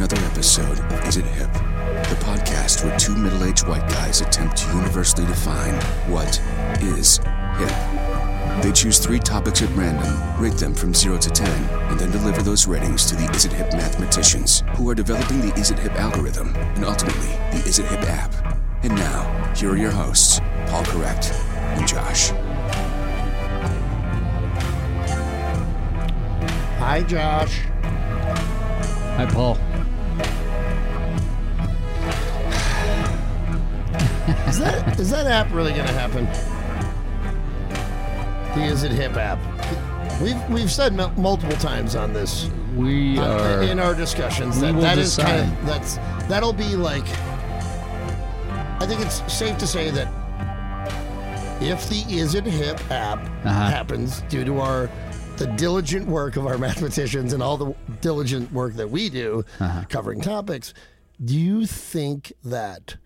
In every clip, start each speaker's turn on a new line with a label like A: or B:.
A: episode of Is It Hip? The podcast where two middle aged white guys attempt to universally define what is hip. They choose three topics at random, rate them from 0 to 10, and then deliver those ratings to the Is It Hip mathematicians who are developing the Is It Hip algorithm and ultimately the Is It Hip app. And now, here are your hosts, Paul Correct and Josh.
B: Hi, Josh.
C: Hi, Paul.
B: Is that is that app really going to happen? The Is It Hip app. We've we've said mul- multiple times on this
C: We
B: uh,
C: are.
B: in our discussions
C: we
B: that
C: will
B: that is
C: decide.
B: kind of that's that'll be like. I think it's safe to say that if the Is It Hip app
C: Uh-huh.
B: happens due to our the diligent work of our mathematicians and all the diligent work that we do
C: Uh-huh.
B: covering topics, do you think that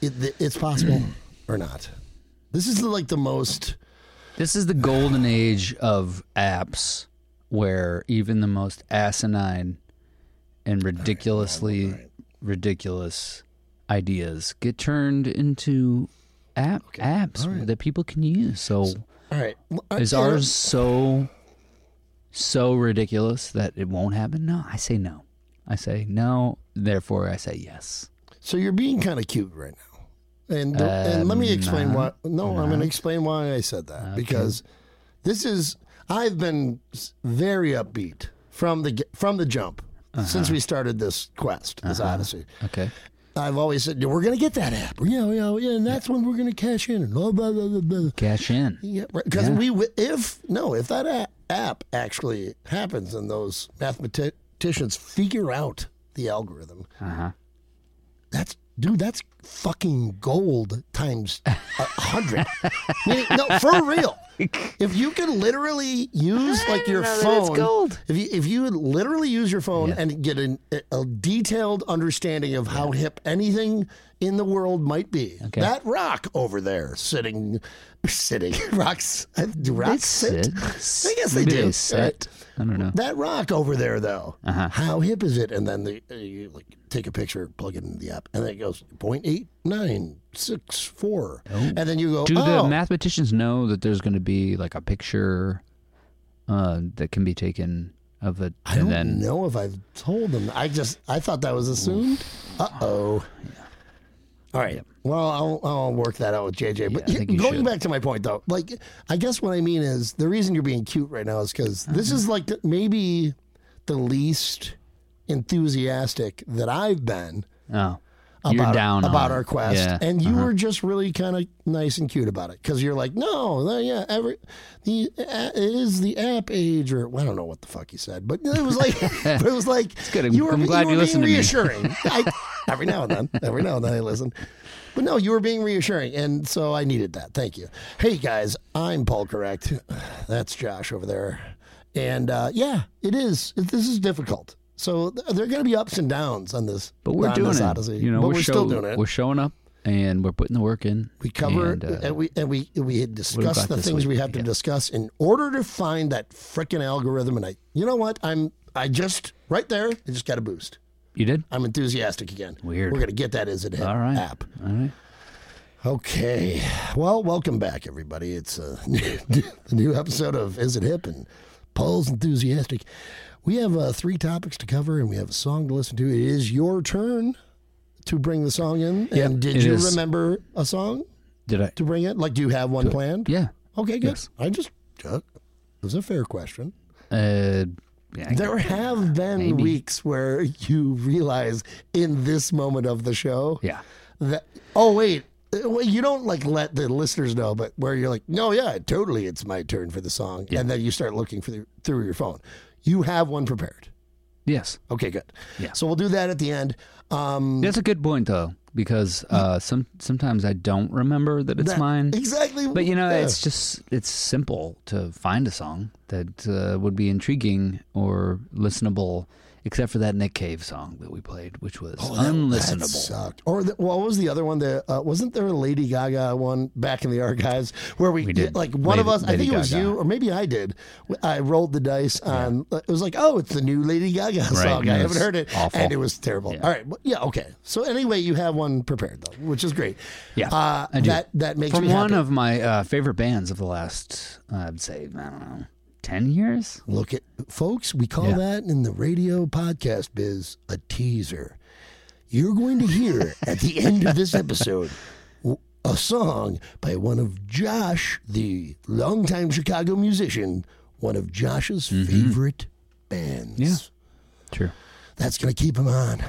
B: it, th- it's possible or not? This is like the most
C: this is the golden age of apps where even the most asinine and ridiculously ridiculous ideas get turned into app apps that people can use. So
B: all right. well, I-
C: is
B: you know,
C: ours so so ridiculous that it won't happen? No, I say no. I say no, therefore I say yes.
B: So you're being kind of cute right now, and don't- and let me explain why. No, I'm going to explain why I said that because this is I've been s- very upbeat from the ge- from the jump since we started this quest, this odyssey.
C: Okay.
B: I've always said we're going to get that app, you know, you know, yeah, and that's when we're going to cash in and blah blah blah blah. blah.
C: Cash in.
B: Yeah, because we w- if no, if that a- app actually happens and those mathematicians figure out the algorithm, that's dude, that's fucking gold times a hundred. Meaning- no, for real. If you can literally use like your phone, if you if you literally use your phone and get an, a detailed understanding of how hip anything in the world might be, that rock over there sitting, sitting rocks. Do rocks sit? I guess they
C: Maybe
B: do.
C: sit. I don't know.
B: That rock over there, though, how hip is it? And then the, uh, you like take a picture, plug it in the app, and then it goes 0.8964. And then you go,
C: Do
B: oh,
C: the mathematicians know that there's going to be like a picture uh, that can be taken of it,
B: I
C: and
B: don't
C: then
B: know if I've told them. I just I thought that was assumed. Uh oh. All right. Well, I'll, I'll work that out with JJ. But
C: Yeah, I think you
B: going
C: should.
B: back to my point, though, like I guess what I mean is the reason you're being cute right now is because
C: Mm-hmm.
B: this is like the, maybe the least enthusiastic that I've been
C: oh,
B: about,
C: you're down
B: about
C: on
B: our
C: it.
B: quest,
C: Yeah. Uh-huh.
B: and you were just really kind of nice and cute about it because you're like, no, no, yeah, every the uh, it is the app age, or well, I don't know what the fuck you said, but it was like, but it was like,
C: good. I'm-
B: you were,
C: I'm glad
B: you,
C: you
B: were being
C: listened to me.
B: reassuring. I, every now and then, every now and then I listen. But no, you were being reassuring, and so I needed that. Thank you. Hey guys, I'm Paul Correct. That's Josh over there, and uh, yeah, it is. It, this is difficult. So th- there are going to be ups and downs on this.
C: but we're
B: on
C: doing
B: this
C: it.
B: Odyssey.
C: You know,
B: but
C: we're,
B: we're,
C: show-
B: still doing it.
C: We're showing up, and we're putting the work in.
B: We cover
C: and,
B: and,
C: uh,
B: we and we we had discussed
C: got
B: the
C: this
B: things
C: week?
B: we have to discuss in order to find that frickin' algorithm. And I, you know what? I'm I just right there. I just got a boost.
C: you did
B: I'm enthusiastic again.
C: Weird.
B: We're gonna get that as it hit
C: all right.
B: app.
C: All right.
B: Okay. Well, welcome back, everybody. It's a new episode of Is It Hip and Paul's Enthusiastic. We have uh, three topics to cover and we have a song to listen to. It is your turn to bring the song in. and did
C: it
B: you
C: is.
B: remember a song
C: Did I?
B: to bring it? Like, do you have one planned?
C: Yeah.
B: Okay, good.
C: Yes.
B: I just, uh, it was a fair question.
C: Uh, yeah. I-
B: There have been weeks where you realize in this moment of the show
C: yeah.
B: that, oh, wait, uh, well, you don't like let the listeners know, but where you're like, no, yeah, totally, it's my turn for the song. And then you start looking for the, through your phone. You have one prepared.
C: Yes.
B: Okay, good.
C: Yeah.
B: So we'll do that at the end. Um,
C: That's a good point though, because uh, some sometimes I don't remember that it's
B: Mm. that-
C: mine.
B: Exactly.
C: But you know,
B: yeah.
C: it's just it's simple to find a song that uh, would be intriguing or listenable except for that Nick Cave song that we played, which was
B: Oh, that- That
C: unlistenable.
B: sucked. Or the, well, what was the other one? The uh, wasn't there a Lady Gaga one back in the archives where we,
C: We did
B: like one of
C: Lady-
B: us? I
C: Lady
B: think it was
C: Gaga.
B: you, or maybe I did. I rolled the dice on. It was like, oh, it's the new Lady Gaga song.
C: no,
B: I haven't
C: it's
B: heard it,
C: awful.
B: and it was terrible. All right, well, yeah, okay. So anyway, you have one prepared though, which is great.
C: Yeah,
B: uh,
C: I do.
B: that that makes
C: From
B: me
C: one
B: happy.
C: of my uh, favorite bands of the last, I'd say, I don't know, 10 years?
B: Look at folks, we call
C: Yeah.
B: that in the radio podcast biz a teaser. You're going to hear at the end of this episode w- a song by one of Josh, the longtime Chicago musician, one of Josh's favorite bands.
C: Mm-hmm. Yeah. True.
B: That's going to keep him on.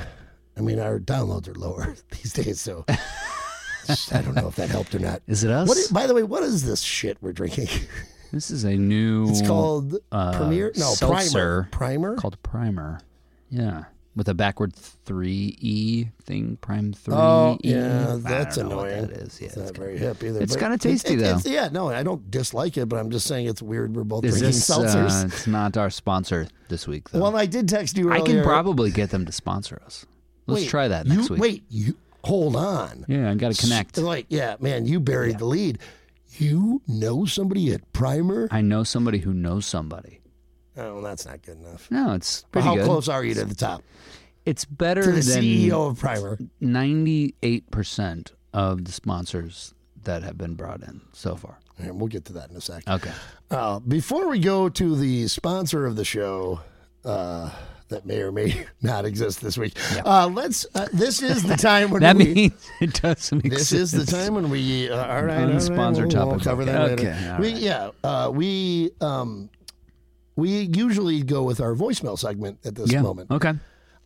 B: I mean, our downloads are lower these days, so I don't know if that helped or not.
C: Is it us?
B: What i- by the way, what is this shit we're drinking?
C: this is a new.
B: It's called
C: uh,
B: Premier? No,
C: seltzer
B: Primer. Primer?
C: called Primer. Yeah. With a backward three E thing, prime three.
B: Oh,
C: E.
B: yeah,
C: I
B: that's
C: don't know what
B: annoying.
C: that is. Yeah,
B: It's
C: it's
B: not
C: good.
B: very hip either.
C: It's
B: but
C: kinda
B: it-
C: tasty,
B: it- it's-
C: though.
B: yeah, no, I don't dislike it, but I'm just saying it's weird. We're both
C: Is
B: drinking
C: this,
B: seltzers.
C: Uh, it's not our sponsor this week, though.
B: well, I did text you.
C: I
B: Earlier.
C: can probably get them to sponsor us. Let's
B: Wait,
C: try that
B: you-
C: next week.
B: Wait, uh, you hold on.
C: Yeah, I got to connect.
B: It's Like, yeah, man, you buried the lead. You know somebody at Primer?
C: I know somebody who knows somebody.
B: Oh, that's not good enough.
C: No, it's pretty
B: How
C: good.
B: close are you to the top?
C: It's better
B: To the E
C: than
B: CEO of Primer.
C: ninety-eight percent of the sponsors that have been brought in so far.
B: And we'll get to that in a second.
C: Okay.
B: Uh, before we go to the sponsor of the show, uh, that may or may not exist this week. Uh, let's. Uh, this is the time when
C: That
B: we.
C: means it doesn't
B: this
C: exist.
B: is the time when we. Uh, all right, all right,
C: Unsponsored
B: we'll, We'll
C: topic.
B: cover that
C: Okay,
B: later.
C: all
B: We,
C: right.
B: yeah, uh, we um, we usually go with our voicemail segment at this
C: Yeah.
B: moment.
C: Okay.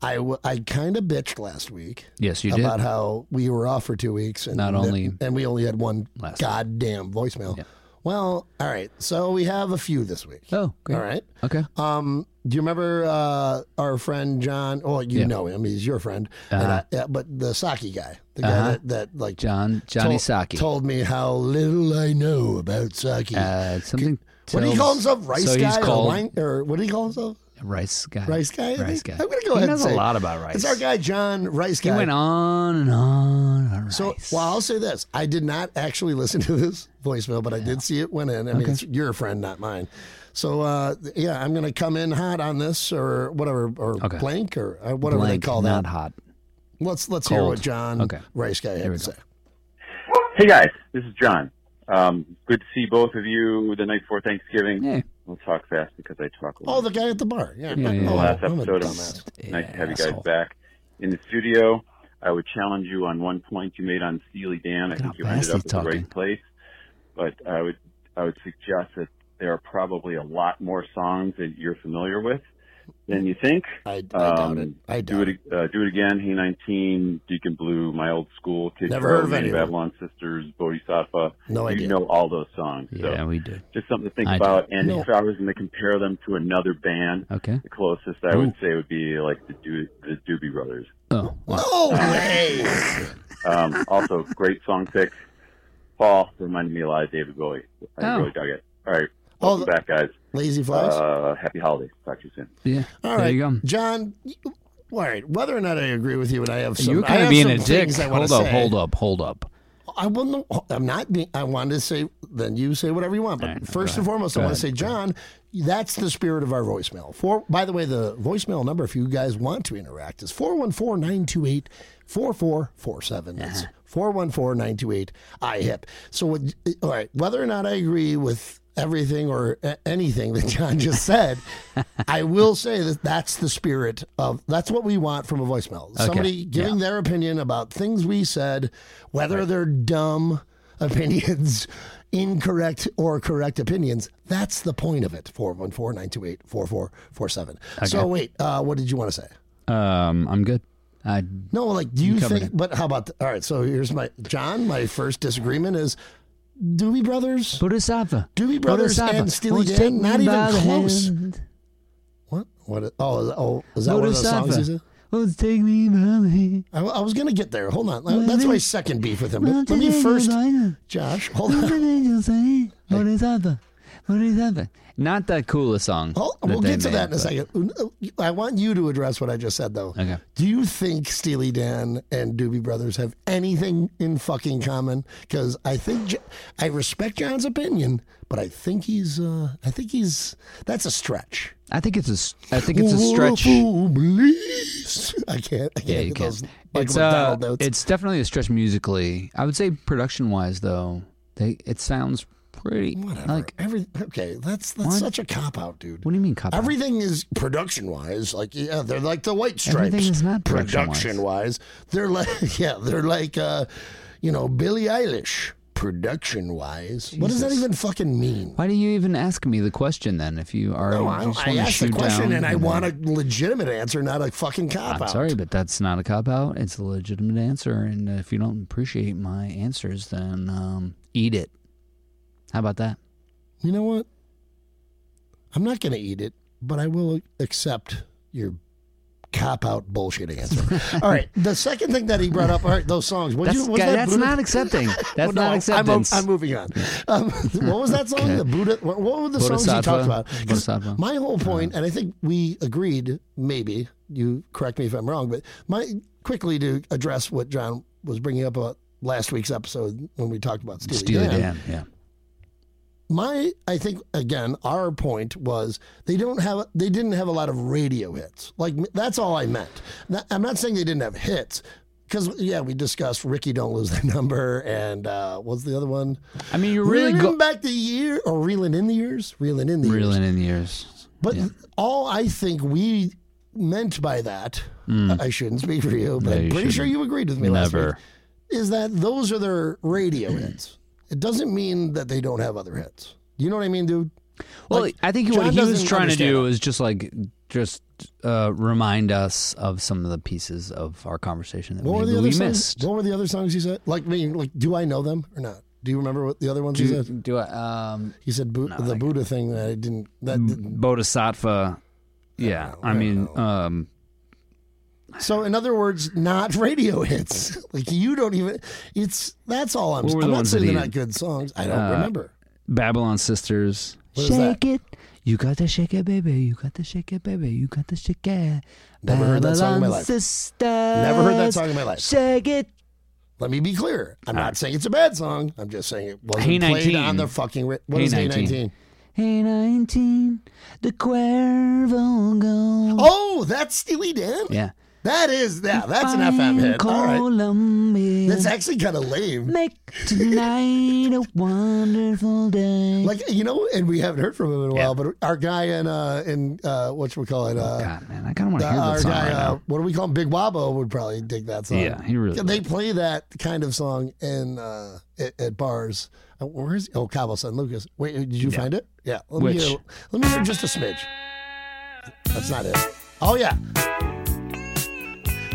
B: I, w- I kind of bitched last week
C: Yes, you did.
B: about how we were off for two weeks and
C: Not
B: that-
C: only
B: and we only had one
C: last week.
B: goddamn voicemail.
C: Yeah.
B: Well, all right, so we have a few this week.
C: Oh, great.
B: All right.
C: Okay.
B: Um, do you remember uh, our friend John? Oh, you
C: Yeah.
B: know him. He's your friend. And, uh, yeah, but the Saki guy, the guy
C: Uh-huh.
B: that, that like
C: John Johnny
B: told,
C: Saki.
B: told me how little I know about Saki.
C: uh, something.
B: what do you
C: tells-
B: call himself? Rice
C: so
B: guy
C: He's
B: or
C: called
B: wine? Or what do you call himself?
C: rice guy.
B: Rice guy. I
C: Rice guy.
B: think? I'm gonna go
C: he
B: ahead.
C: knows
B: and say
C: a
B: it.
C: lot about rice.
B: It's our guy John Rice
C: He
B: guy.
C: went on and on. about
B: So,
C: rice.
B: well, I'll say this: I did not actually listen to this voicemail, but I did see it went in. I mean, it's your friend, not mine. So, uh, yeah, I'm going to come in hot on this, or whatever, or
C: Okay.
B: blank, or uh, whatever
C: Blank,
B: they call
C: not
B: that.
C: hot.
B: Let's let's hear
C: Cold.
B: what John
C: Okay.
B: Rice guy had
C: Here
B: to
C: we
B: say.
C: go.
D: Hey guys, this is John. Um, good to see both of you the night before Thanksgiving.
C: Yeah.
D: We'll talk fast because I talk a
B: Oh,
D: lot.
B: the guy at the bar. Yeah,
C: Yeah, yeah,
B: oh,
C: yeah.
D: Last
B: I'm a
D: episode
B: dumbass.
D: of nice to have you guys
C: Asshole.
D: back in the studio. I would challenge you on one point you made on Steely Dan. I
C: Look
D: think
C: how
D: you ended
C: fast
D: up
C: he's
D: at the
C: talking.
D: right place, but I would I would suggest that there are probably a lot more songs that you're familiar with than you think.
B: I, I doubt it.
D: Um,
B: I doubt
D: do
B: it.
D: it, uh, do it again. Hey, nineteen, Deacon Blue, My Old School, Kid
B: Never
D: Cudi,
B: heard of
D: Many
B: any of them.
D: Babylon Sisters, Bodhisattva.
B: No
D: you
B: idea.
D: know all those songs.
C: Yeah,
D: So
C: we did.
D: just something to think
C: I do.
D: about. And
B: No.
D: if I was going to compare them to another band,
C: Okay.
D: the closest I
C: Ooh.
D: would say would be like the, Do- the Doobie Brothers.
C: Oh, wow.
B: No way.
D: Um, also, great song pick. Paul reminded me a lot of David Bowie. I
C: Oh.
D: really dug it. All right.
B: Oh,
D: Welcome
B: the-
D: back, guys.
B: Lazy flies.
D: Uh, happy holidays. Talk to you soon.
C: Yeah.
B: All
C: there
B: right,
C: you go.
B: John. you- All right, whether or not I agree with you, and I have some.
C: you were
B: I
C: kind of
B: have
C: being
B: some
C: a dick.
B: things I wanna
C: Hold up,
B: say.
C: hold up, hold up.
B: I will not, I'm not being, I wanted to say, then you say whatever you want. But
C: All right, no,
B: first
C: go
B: and
C: ahead.
B: foremost,
C: Go
B: I want
C: ahead.
B: to say, John, that's the spirit of our voicemail. For, by the way, the voicemail number, if you guys want to interact, is 414 928 4447.
C: Uh-huh.
B: It's 414 928 IHIP. So, what, all right, whether or not I agree with everything or a- anything that John just said, I will say that that's the spirit of, that's what we want from a voicemail. Somebody giving
C: Yeah.
B: their opinion about things we said, whether they're dumb opinions, incorrect or correct opinions. That's the point of it. 414 928 4447. So, wait, uh, what did you want to say?
C: Um, I'm good. I
B: No, like, do you,
C: covered
B: think, but how about, the, all right, so here's my, John, my first disagreement is Doobie Brothers.
C: Bodhisattva.
B: Doobie Brothers
C: Bodhisattva.
B: and Steely
C: Won't you take
B: Dan, not
C: me
B: even
C: by the
B: close.
C: hand?
B: What? What? Oh, is- oh is that one of those songs you said?
C: Won't you take me by the hand?
B: I, I was going to get there. Hold on. That's my second beef with him.
C: Won't
B: Let
C: you
B: me
C: take
B: first,
C: by the hand?
B: Josh, hold on.
C: Won't you take me by the hand? Bodhisattva. What is that? Not the coolest song.
B: Well,
C: that
B: we'll
C: they
B: get to
C: made,
B: that in a
C: but-
B: second. I want you to address what I just said, though.
C: Okay.
B: Do you think Steely Dan and Doobie Brothers have anything in fucking common? Because I think J- I respect John's opinion, but I think he's, uh, I think he's, that's a stretch.
C: I think it's a. s- I think it's a stretch.
B: Wonderful beliefs. I can't. I can't
C: Yeah,
B: get
C: you can.
B: those Michael
C: It's uh,
B: McDonald notes.
C: it's definitely a stretch musically. I would say production wise, though, they it sounds pretty.
B: Whatever.
C: Like,
B: Every okay. That's that's
C: What?
B: such a cop out, dude.
C: what do you mean cop? out?
B: Everything is production wise, like yeah, they're like the White Stripes.
C: Everything is not production-wise.
B: wise. They're like yeah, they're like uh, you know Billie Eilish. Production wise, what does that
C: Jesus.
B: even fucking mean?
C: Why do you even ask me the question then? If you are,
B: No,
C: you
B: I,
C: just
B: I
C: wanna
B: asked the
C: shoot
B: question
C: down
B: and I
C: the-
B: want a legitimate answer, not a fucking cop
C: I'm
B: out.
C: sorry, but that's not a cop out. It's a legitimate answer, and if you don't appreciate my answers, then um, eat it. How about that?
B: You know what? I'm not going to eat it, but I will accept your cop out bullshit answer. all right. The second thing that he brought up, all right, those songs. What
C: That's,
B: you, was
C: guy-
B: that
C: that's
B: Buddha-
C: not accepting.
B: Well,
C: That's
B: no,
C: not
B: I'm-
C: acceptance.
B: I'm, I'm moving on. Um, what was that song? The Buddha. What, what were the songs he talked
C: Bodhisattva.
B: about? 'Cause
C: Bodhisattva. Uh.
B: My whole point, and I think we agreed. Maybe you correct me if I'm wrong, but my quickly to address what John was bringing up about last week's episode when we talked about Steely,
C: Steely
B: Dan
C: Dan. Yeah.
B: my i think again our point was they don't have they didn't have a lot of radio hits like that's all i meant Not- i'm not saying they didn't have hits because yeah we discussed ricky don't lose the number and uh what's the other one
C: I mean, you're really
B: reeling
C: go-
B: back the year or reeling in the years reeling in the years
C: reeling in the years.
B: but all I think we meant by that, I shouldn't speak for you, but
C: Mm. No,
B: I'm
C: you
B: pretty sure
C: shouldn't.
B: you agreed with me last
C: Never.
B: week, is that those are their radio hits. It doesn't mean that they don't have other hits. You know what I mean, dude?
C: Well,
B: Like,
C: I think
B: John
C: what he was
B: doesn't
C: trying to do
B: understand
C: is just like just uh, remind us of some of the pieces of our conversation that
B: What were
C: maybe
B: the other
C: we
B: songs?
C: missed.
B: What were the other songs you said? Like me, like do I know them or not? Do you remember what the other ones he
C: Do,
B: said?
C: do I, Mm. um,
B: He said Bu- the Buddha thing that I didn't. That didn't.
C: Bodhisattva? Yeah, I mean, um,
B: So in other words, not radio hits. like you don't even. It's that's all I'm.
C: What were the
B: I'm not
C: ones that
B: saying they're
C: he-
B: not good songs. I don't
C: Uh,
B: remember.
C: Babylon Sisters.
B: What is that?
C: shake it. You got to shake it, baby. You got to shake it, baby. You got to shake it.
B: Never heard that song in my life.
C: Sisters.
B: Never heard that song in my life.
C: Shake it.
B: Let me be clear. I'm not saying it's a bad song. I'm just saying it wasn't
C: uh, Hey
B: played
C: 19.
B: on the fucking. Ri- what
C: Hey
B: is hey
C: 19?
B: 19?
C: Hey, 19. The Cuervo Gold.
B: Oh, that's Steely Dan.
C: Yeah.
B: That is yeah. That's an
C: Fine
B: FM hit. All right.
C: Colombia.
B: That's actually kind of lame.
C: Make tonight a wonderful day.
B: Like you know, and we haven't heard from him in a while. But our guy in uh in uh what we call it uh,
C: God, man, I kind of want to hear that
B: our
C: song
B: guy
C: right
B: uh,
C: now.
B: what do we call him Big Wabo would probably dig that song.
C: Yeah, he really
B: They play that kind of song in uh at, at bars. Uh, Where is oh Cabo San Lucas? Wait, did you find it? Yeah. Let me
C: Which?
B: hear, let me hear just a smidge. That's not it. Oh yeah.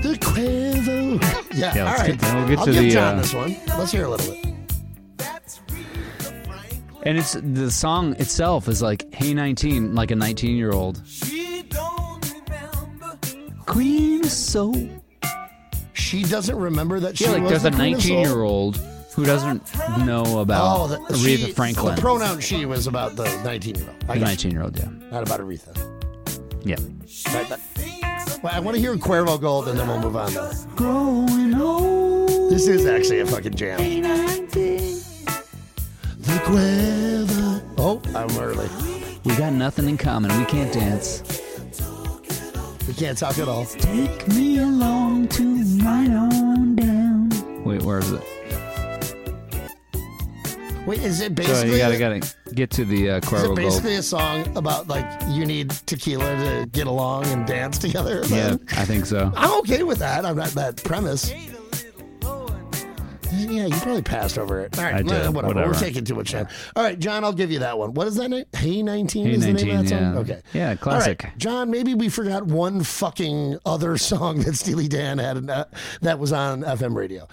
B: The Quavo. Yeah.
C: Yeah,
B: all
C: let's
B: right.
C: get- we'll get
B: I'll
C: to
B: give
C: the,
B: John
C: uh,
B: this one. Let's hear a little bit. uh,
C: And it's the song itself is like "Hey 19," like a 19-year-old.
E: She don't remember.
C: Queen of Soul.
B: She doesn't remember that she
C: Yeah, like
B: was
C: there's
B: the
C: a
B: Queen of Soul.
C: 19-year-old who doesn't know about
B: Oh, the,
C: uh, Aretha
B: she-
C: Franklin.
B: The pronoun she was about the 19 year old.
C: the 19-year-old, yeah,
B: Not about Aretha.
C: yeah.
B: Right, that- well, I want to hear Cuervo Gold and then we'll move on. Though.
C: Growing old.
B: This is actually a fucking jam. The Cuervo. Oh, I'm early.
C: We got nothing in common. We can't dance.
B: We can't talk at all.
C: Take me along tonight on down. Wait, where is it?
B: Wait, is it
C: So
B: basically?
C: you gotta gotta get to the uh,
B: is
C: Cuervo
B: it
C: Gold.
B: basically a song about like you need tequila to get along and dance together?
C: Yeah,
B: then?
C: I think so.
B: I'm okay with that. I'm not that premise. Yeah, you probably passed over it. All right,
C: I did,
B: whatever.
C: whatever.
B: We're taking too much time. All right, John, I'll give you that one. What is that name? Hey 19
C: Hey
B: is the name of
C: 19,
B: that song?
C: yeah.
B: Okay.
C: Yeah,
B: All right,
C: classic.
B: John, maybe we forgot one fucking other song that Steely Dan had in, uh, that was on FM radio.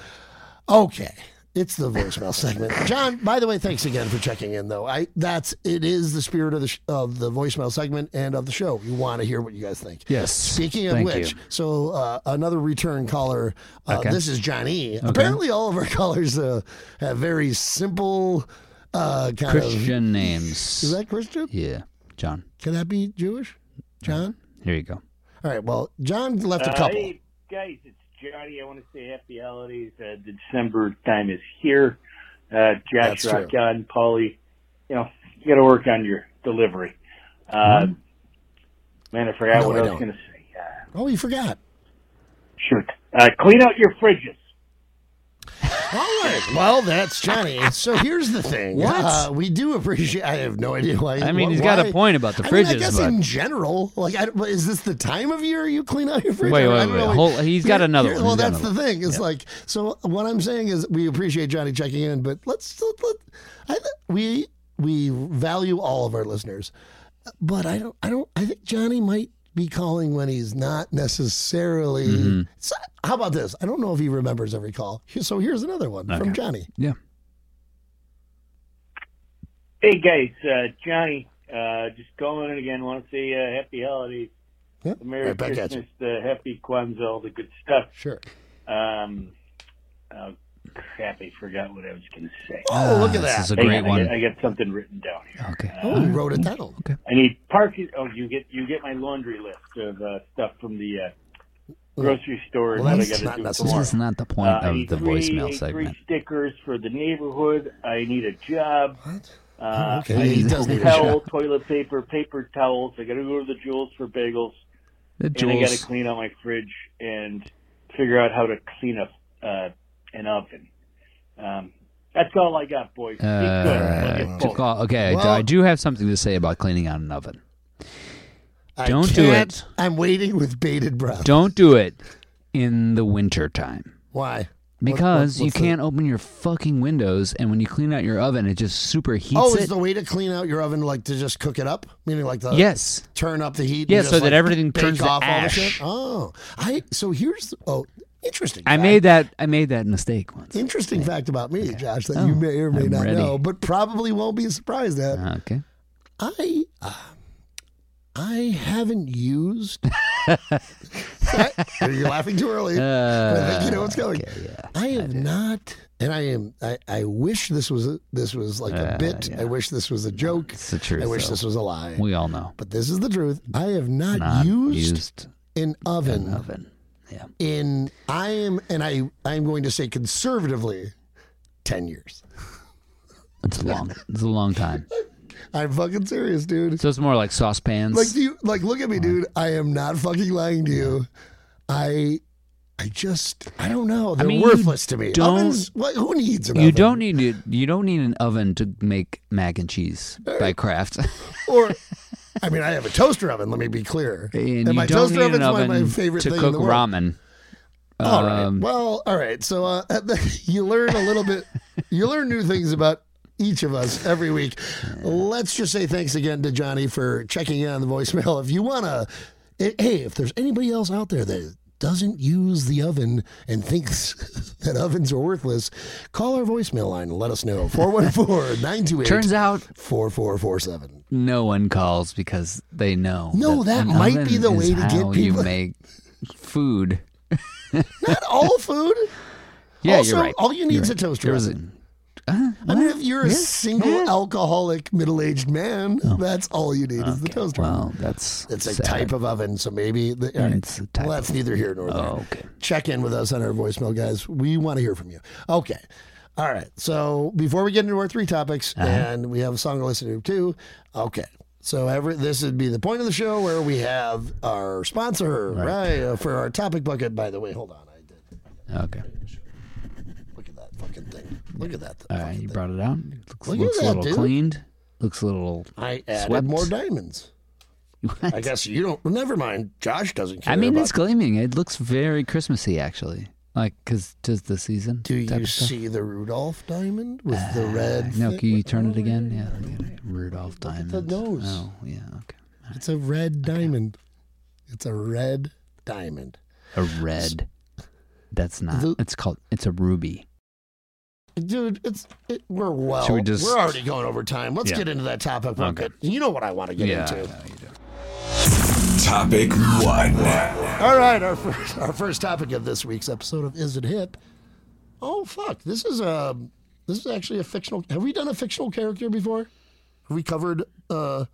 B: Okay. It's the voicemail segment. John, by the way, thanks again for checking in though. I that's it is the spirit of the sh- of the voicemail segment and of the show. You want to hear what you guys think.
C: Yes.
B: Speaking of
C: Thank
B: which,
C: you.
B: so uh, another return caller. Uh,
C: Okay.
B: This is Johnny. Apparently, all of our callers uh, have very simple uh, kind of.
C: Christian names.
B: Is that Christian?
C: yeah, John.
B: Can that be Jewish? John?
C: Here you go.
B: All right. Well, John left a
F: Uh,
B: couple.
F: hey, guys, it's Johnny. I want to say happy holidays. Uh, the December time is here. Uh,
B: That's
F: Josh,
B: true.
F: Rock, and Paulie, you know, you got to work on your delivery. Uh, Man, I
B: Mm-hmm.
F: forgot
B: No,
F: what
B: I
F: I, was
B: don't.
F: going to say. Uh,
B: Oh, you forgot.
F: shoot. Uh, clean out your fridges.
B: All right. Well, that's Johnny. So here's the thing.
C: What?
B: Uh, we do appreciate. I have no idea why.
C: I mean,
B: wh-
C: he's got
B: why-
C: a point about the
B: I mean, I
C: fridges,
B: guess
C: but-
B: in general, like, I, but is this the time of year you clean out your fridge?
C: Wait,
B: I
C: wait,
B: don't
C: wait.
B: know, like-
C: Hold- he's got another one.
B: Well,
C: He's got
B: that's the
C: another
B: thing. It's like so. What I'm saying is, we appreciate Johnny checking in, but let's let, let- I, th- we we value all of our listeners, but I don't. I don't. I think Johnny might be calling when he's not necessarily.
C: Mm-hmm.
B: It's- how about this? I don't know if he remembers every call. Here- So here's another one from Johnny.
C: Yeah.
F: Hey guys, uh, Johnny, uh, just calling in again. Want to say uh, happy holidays,
B: Yeah,
F: Merry
B: right back at you.
F: Christmas, the Happy Kwanzaa, all the good stuff.
B: Sure.
F: Um, oh crap, I forgot what I was going to say.
B: Oh, look at
C: Ah, this
B: that.
C: is a
F: Hang
C: great
F: on, I
C: one.
F: got- I got something written down here.
C: Okay.
B: Oh, you wrote it down.
F: I need parking. Oh, you get you get my laundry list of uh, stuff from the uh, grocery store
B: Well,
F: and what I
B: that's
F: got to
B: not necessary.
F: do
C: This
F: tomorrow.
C: is not the
F: Uh,
C: point
F: I
C: of
F: need
C: the
F: three
C: voicemail
F: A3
C: segment.
F: stickers for the neighborhood. I need a job.
B: What?
F: Uh,
B: okay.
F: I
B: He
F: need
B: does need a
F: towel, toilet paper, paper towels. I got to go to the Jewels for bagels,
C: The
F: and I got to
C: Jules.
F: clean out my fridge and figure out how to clean up uh, an oven. Um, that's all I got, boys. Be
C: Uh,
F: good. Love you
C: to
F: both.
C: call- okay, I do- I
B: Well-
C: do have something to say about cleaning out an oven.
B: I
C: Don't do
B: can't-
C: it.
B: I'm waiting with bated breath.
C: Don't do it in the winter time
B: Why? What- what-
C: because you
B: what's the-
C: can't open your fucking windows, and when you clean out your oven, it just superheats
B: Oh,
C: it.
B: is the way to clean out your oven like to just cook it up? Meaning like the
C: yes,
B: turn up the heat.
C: Yeah,
B: and
C: so
B: just,
C: that
B: like,
C: everything
B: bake
C: turns to
B: off all the
C: ash.
B: shit. Oh, I so here's oh interesting.
C: I
B: fact.
C: made that. I made that mistake once.
B: interesting fact about me, Josh, that you may or may
C: Oh, I'm
B: not
C: ready.
B: know, but probably won't be surprised at.
C: Okay.
B: I uh, I haven't used. Are you laughing too early?
C: Uh,
B: But I think you know what's going. I have not, and I am. I, I wish this was a, this was like
C: Uh,
B: a bit. I wish this was a joke.
C: It's the truth,
B: I wish
C: though.
B: this was a lie.
C: We all know.
B: but this is the truth. I have not,
C: Not
B: used,
C: used
B: an oven
C: oven. Yeah.
B: in I am, and I I am going to say conservatively, ten years.
C: It's long. It's a long time.
B: I'm fucking serious, dude.
C: So it's more like saucepans.
B: Like do you like look at me, dude. I am not fucking lying to you. I I just I don't know. They're
C: mean, you
B: worthless to me.
C: don't-
B: Ovens, what, who needs an
C: you
B: oven?
C: don't need to, you don't need an oven to make mac and cheese by Kraft.
B: or I mean, I have a toaster oven. Let me be clear.
C: and you
B: my
C: don't
B: toaster
C: need an
B: oven's one of
C: oven
B: my favorite
C: to
B: thing in
C: cook
B: the world.
C: ramen.
B: All right.
C: Um,
B: Well, all right. So uh, you learn a little bit. You learn new things about each of us every week. Let's just say thanks again to Johnny for checking in on the voicemail. If you wanna, eh, hey, if there's anybody else out there that doesn't use the oven and thinks that ovens are worthless, call our voicemail line and let us know. 414-928.
C: Turns out
B: 4447.
C: no one calls because they know.
B: No, that
C: an
B: might
C: oven
B: be the
C: is
B: way to get
C: how
B: people-
C: you make food.
B: Not all food.
C: Yeah,
B: also,
C: you're right.
B: all you need
C: You're
B: is
C: right.
B: a toaster
C: There was
B: oven.
C: a-
B: I mean, if you're a single alcoholic middle aged man, that's all you need is the toaster.
C: Oh. well, that's
B: It's a
C: sad.
B: type of oven, so maybe the, all right.
C: It's a type
B: well, that's neither here nor there.
C: Oh, okay.
B: Check in with us on our voicemail, guys. We want to hear from you. Okay. All right. So before we get into our three topics,
C: Uh-huh.
B: and we have a song to listen to too. Okay. So every this would be the point of the show where we have our sponsor, right? uh, for our topic bucket. By the way, hold on. I did.
C: Okay.
B: Look at that fucking thing. Look at that.
C: All
B: fucking
C: right, you
B: thing.
C: brought it out. Looks,
B: Look at
C: looks
B: that,
C: a little
B: dude.
C: cleaned. Looks a little.
B: I added
C: Swept.
B: more diamonds. I guess you don't. Never mind. Josh doesn't care.
C: I mean,
B: about-
C: it's gleaming. It looks very Christmassy, actually. Like, because just the season.
B: Do
C: type
B: you
C: of stuff. Uh, Ah,
B: see the Rudolph diamond with the red?
C: No,
B: thing?
C: can you turn it again? Yeah. look at it. Rudolph
B: at
C: Diamond.
B: the nose.
C: Oh, yeah. Okay.
B: It's a red diamond. It's a red diamond.
C: A red. That's not.
B: The-
C: it's called. It's a ruby.
B: Dude, it's it, we're well.
C: Should we just-
B: are already going over time. Let's
C: Yeah.
B: get into that topic bucket. You know what I want to get into.
A: Topic one.
B: All right, our first, our first topic of this week's episode of Is It Hip? Oh fuck, this is a This is actually a fictional. Have we done a fictional character before? Have we covered? Uh,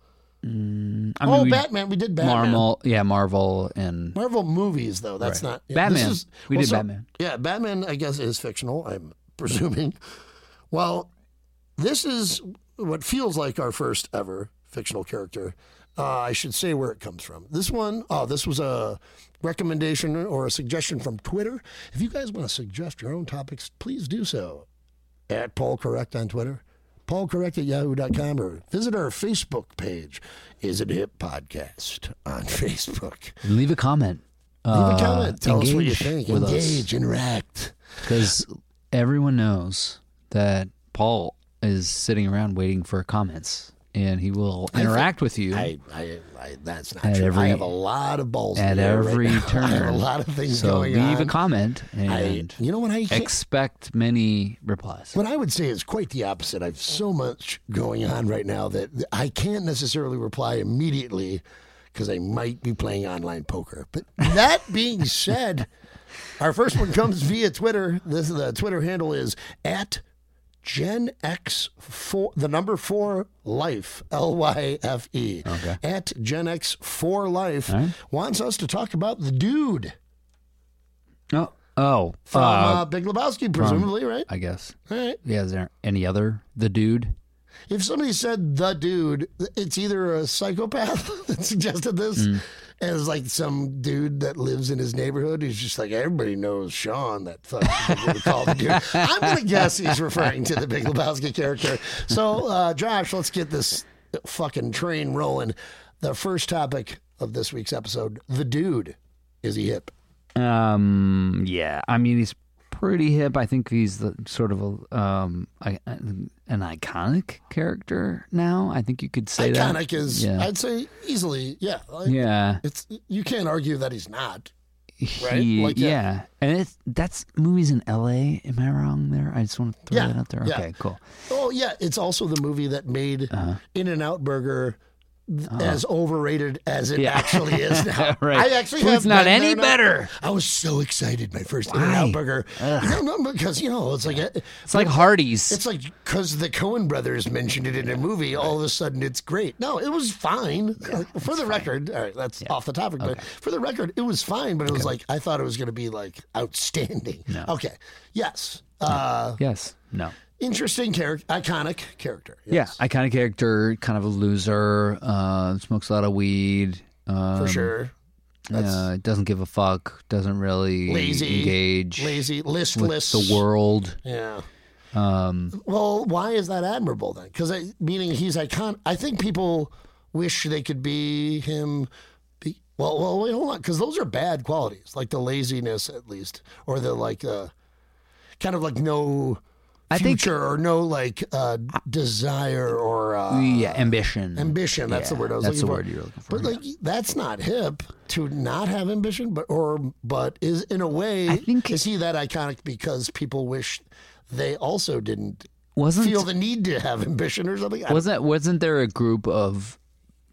C: I mean,
B: oh,
C: we-
B: Batman. We did Batman.
C: Marvel, yeah, Marvel, and
B: Marvel movies, though. That's
C: Right.
B: not yeah, this
C: Batman.
B: is-
C: We did Batman.
B: Yeah, Batman. I guess is fictional. I'm presuming. Well, this is what feels like our first ever fictional character. Uh, I should say where it comes from. This one, oh, this was a recommendation or a suggestion from Twitter. If you guys want to suggest your own topics, please do so at Paul Correct on Twitter, Paul Correct at yahoo.com, or visit our Facebook page, Is It Hip Podcast on Facebook.
C: leave a comment.
B: Leave
C: Uh,
B: a comment. Tell us what you
C: engage
B: think.
C: with us.
B: Engage, interact.
C: Because everyone knows that Paul is sitting around waiting for comments, and he will interact with you.
B: I, I, I, that's not
C: At
B: true. I
C: every-
B: have a lot of balls in
C: at
B: the air right
C: every
B: now.
C: turn,
B: I have a lot of things
C: so
B: going
C: leave
B: on.
C: a comment
B: I,
C: and
B: you know what I can't,
C: expect many replies.
B: what I would say is quite the opposite. I have so much going on right now that I can't necessarily reply immediately because I might be playing online poker. But that being said, our first one comes via Twitter. This the Twitter handle is at Gen X four, the number four life, L Y F E. Okay. At Gen X four life
C: right.
B: wants us to talk about the dude
C: Oh, oh,
B: from
C: uh,
B: uh, Big Lebowski, presumably, right?
C: I guess.
B: All right.
C: Yeah, is there any other? The dude.
B: If somebody said the dude, it's either a psychopath that suggested this,
C: Hmm.
B: and it's like some dude that lives in his neighborhood. He's just like everybody knows Sean. That fuck, we call the dude. I'm gonna guess he's referring to the Big Lebowski character. So, uh, Josh, let's get this fucking train rolling. The first topic of this week's episode: the dude. Is he hip?
C: Um. Yeah. I mean, he's pretty hip. I think he's the sort of a um I, an iconic character now. I think you could say that.
B: Iconic is,
C: Yeah.
B: I'd say, easily. Yeah, like,
C: yeah.
B: It's you can't argue that he's not. Right?
C: He,
B: Like, yeah.
C: yeah. And it's that's movies in L.A. Am I wrong there? I just want to throw
B: Yeah,
C: that out there.
B: yeah.
C: Okay. Cool.
B: Oh yeah, it's also the movie that made
C: Uh-huh.
B: In and Out Burger th- as overrated as it
C: Yeah.
B: actually is now.
C: Right.
B: I actually
C: Food's
B: have
C: not
B: been there
C: any
B: now.
C: better.
B: I was so excited my first In and Out
C: Why?
B: Burger. No, no, because you know it's like a,
C: It's like Hardee's.
B: it's like because the Cohen brothers mentioned it in a movie, all of a sudden it's great. No, it was fine. for the record, all right, that's off the topic, but for the record, it was fine. But it was like I thought it was going to be like outstanding. Okay, yes, uh,
C: yes. No.
B: interesting character, iconic character.
C: Yeah.
B: Yes.
C: Iconic character. Kind of a loser. Uh, smokes a lot of weed. Um,
B: for sure. That's
C: uh, doesn't give a fuck. Doesn't really
B: lazy,
C: engage.
B: lazy,
C: with
B: listless.
C: the world.
B: Yeah. Um, well, why is that admirable then? Because meaning he's icon. I think people wish they could be him. Be, well, well, wait, hold on, because those are bad qualities, like the laziness, at least, or the like, uh, kind of like no
C: I
B: future
C: think-
B: or no like uh, desire or uh,
C: yeah, ambition.
B: ambition. That's
C: Yeah,
B: the word I was
C: that's
B: looking
C: the
B: for.
C: word you're looking for,
B: But like that's not hip to not have ambition, but or but is in a way
C: I think-
B: is he that iconic because people wish they also didn't
C: wasn't
B: feel the need to have ambition or something? I-
C: wasn't wasn't there a group of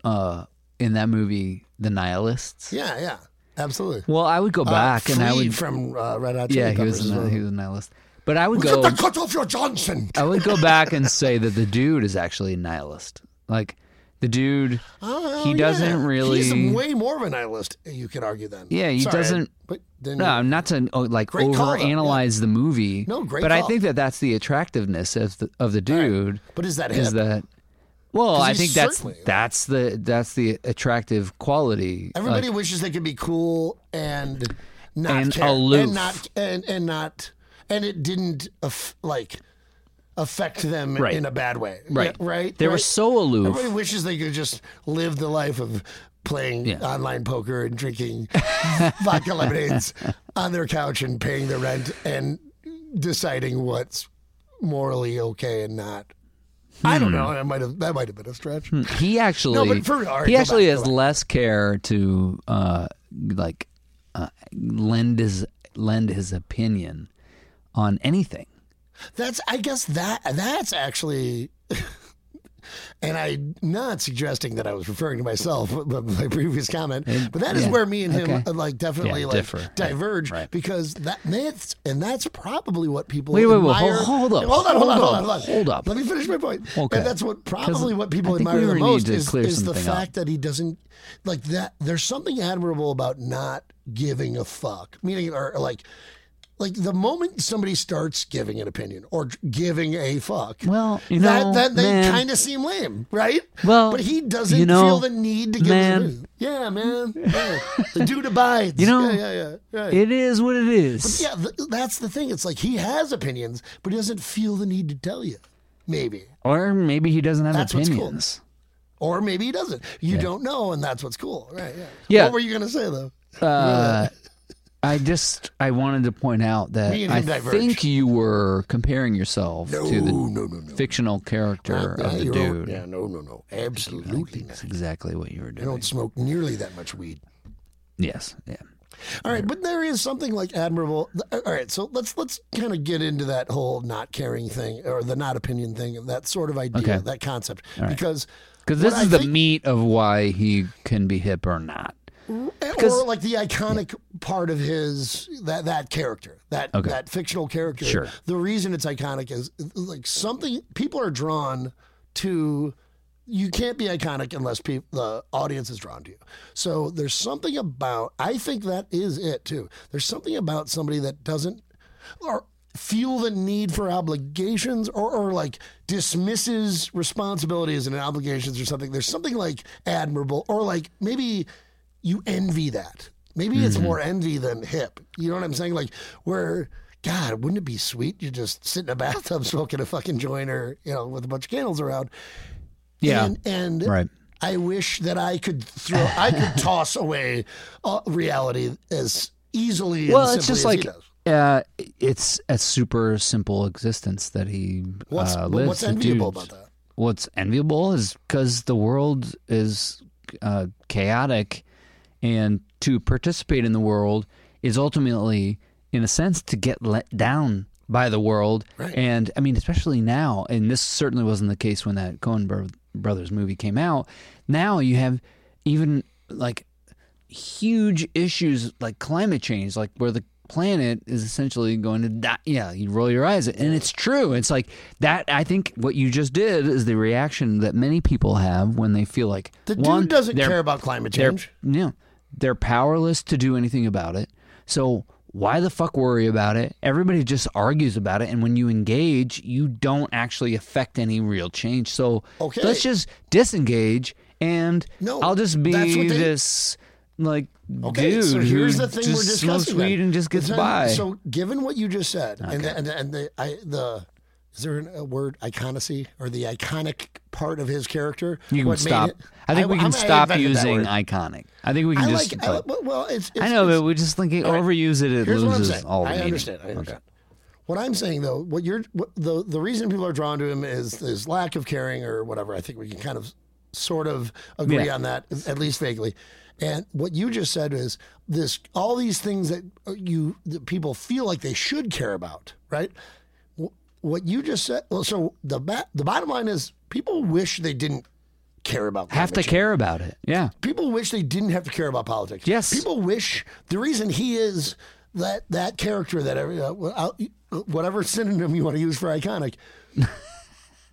C: uh in that movie the nihilists?
B: yeah, yeah. Absolutely.
C: Well, I would go
B: Uh,
C: back and I
B: Freed
C: would
B: from uh, Red Hot Chili
C: yeah he
B: Peppers.
C: was
B: as
C: a,
B: well.
C: ni- he was a nihilist, but I would
B: Look at
C: go
B: the cut off your Johnson.
C: I would go back and say that the dude is actually a nihilist. Like the dude,
B: Oh,
C: he
B: yeah.
C: doesn't really
B: He's way more of a nihilist. You could argue then.
C: Yeah, he
B: Sorry, I-
C: doesn't-
B: But then
C: No, not to oh, like
B: Great call, though.
C: overanalyze the movie.
B: No, great
C: But I
B: call.
C: think that that's the attractiveness of the, of the dude.
B: But is that
C: is
B: hip?
C: that well i
B: he's
C: think that's
B: certainly-
C: that's the that's the attractive quality uh,
B: Everybody
C: Like,
B: wishes they could be cool and not
C: And
B: care,
C: aloof.
B: and not and and not and it didn't aff- like affect them
C: Right.
B: in a bad way.
C: right
B: Yeah, right.
C: they were
B: right.
C: so aloof
B: Everybody wishes they could just live the life of playing
C: Yeah.
B: online poker and drinking vodka lemonades on their couch and paying their rent and deciding what's morally okay and not. I
C: Hmm.
B: don't know. I might have that might have been a stretch.
C: he actually
B: No, but for- all right,
C: he
B: go
C: actually
B: back, go
C: has
B: back.
C: less care to uh like uh, lend his lend his opinion on anything
B: That's I guess that that's actually And I'm not suggesting that I was referring to myself, but but my previous comment. But that is
C: yeah,
B: where me and him
C: okay.
B: uh, like definitely
C: Yeah,
B: like
C: differ, right,
B: diverge
C: right.
B: because that that's and that's probably what people
C: Wait, wait, wait,
B: admire-
C: hold- hold up,
B: hold on, hold on, hold
C: hold
B: on,
C: up,
B: hold on,
C: hold up.
B: Let me finish my point.
C: Okay.
B: And that's what probably what people
C: I think we
B: admire the
C: really need
B: most
C: to
B: is,
C: clear
B: is the
C: something up.
B: fact that he doesn't like that. There's something admirable about not giving a fuck, meaning or like. Like the moment somebody starts giving an opinion or giving a fuck,
C: Well, you
B: that,
C: know,
B: that they
C: man.
B: kind of seem lame, right?
C: Well,
B: but he doesn't
C: you know,
B: feel the need to give.
C: man.
B: his- yeah, man, yeah. the dude abides.
C: You know,
B: yeah, yeah, yeah. Right.
C: It is what it is.
B: yeah, th- that's the thing. It's like he has opinions, but he doesn't feel the need to tell you. Maybe,
C: Or maybe he doesn't have
B: That's what's cool.
C: opinions.
B: or maybe he doesn't. You don't know, and that's what's cool, right? Yeah.
C: Yeah.
B: What were you gonna say though?
C: Uh, I just I wanted to point out that
B: Me and him
C: I
B: diverge.
C: think you were comparing yourself to the
B: no, no, no.
C: fictional character
B: Yeah,
C: of the
B: you're
C: dude.
B: over- yeah, no, no, no. Absolutely not.
C: That's exactly what you were
B: I
C: doing.
B: don't smoke nearly that much weed.
C: Yes. Yeah.
B: All right, but there is something like admirable. uh, All right, so let's let's kind of get into that whole not caring thing or the not opinion thing, that sort of idea,
C: Okay.
B: that concept,
C: right.
B: because
C: Because this
B: what I
C: is the
B: think-
C: meat of why he can be hip or not.
B: or like the iconic part of his that that character, that
C: Okay.
B: that fictional character.
C: Sure.
B: The reason it's iconic is like something people are drawn to. You can't be iconic unless peop the audience is drawn to you. So there's something about. I think that is it too. There's something about somebody that doesn't or feel the need for obligations or, or like dismisses responsibilities and obligations or something. There's something like admirable or like maybe you envy that. Maybe it's
C: Mm-hmm.
B: more envy than hip. You know what I'm saying? Like where God, wouldn't it be sweet? You just sit in a bathtub smoking a fucking joint or, you know, with a bunch of candles around.
C: Yeah.
B: And, and
C: Right.
B: I wish that I could throw, I could toss away uh, reality as easily. and
C: Well, it's
B: simply
C: just
B: as
C: like
B: he does.
C: uh, it's a super simple existence that he
B: What's
C: uh,
B: but
C: lives.
B: what's
C: The
B: enviable
C: dude-
B: about that?
C: What's enviable is because the world is uh, chaotic, and to participate in the world is ultimately, in a sense, to get let down by the world.
B: Right.
C: And I mean, especially now, and this certainly wasn't the case when that Coen bro- Brothers movie came out. Now you have even like huge issues like climate change, like where the planet is essentially going to die. Yeah, you roll your eyes, and it's true. It's like that. I think what you just did is the reaction that many people have when they feel like
B: The
C: one,
B: dude doesn't
C: they're-
B: care about climate
C: they're,
B: change.
C: yeah, they're powerless to do anything about it. So why the fuck worry about it? Everybody just argues about it, and when you engage, you don't actually affect any real change. So
B: Okay.
C: let's just disengage, and
B: No,
C: I'll just be
B: that's what they-
C: this like
B: Okay,
C: dude
B: so here's
C: who
B: the thing we're
C: just
B: discussing.
C: smokes
B: then.
C: weed and just gets
B: so,
C: by.
B: So, given what you just said, and the, and the, and the, I, the is there an- a word iconacy or the iconic part of his character?
C: you can
B: What made
C: stop.
B: it-
C: I think we
B: I'm-
C: can stop
B: invented that
C: using
B: word.
C: iconic. I think we
B: I
C: can
B: like.
C: just.
B: I,
C: like-
B: well, it's, it's
C: I know,
B: it's,
C: but we just think it overuse it. It
B: Here's what I'm
C: loses
B: saying.
C: all the
B: I
C: meaning.
B: understand. I understand. What I'm saying though, what you're what the the reason people are drawn to him is is lack of caring or whatever. I think we can kind of sort of agree
C: Yeah.
B: on that at least vaguely. And what you just said is this all these things that you that people feel like they should care about, right? Wh- What you just said. Well, so the ba- the bottom line is people wish they didn't care about
C: Have to
B: climate change.
C: care about it. Yeah.
B: People wish they didn't have to care about politics.
C: Yes.
B: People wish the reason he is that that character that every uh, well, I'll- whatever synonym you want to use for iconic.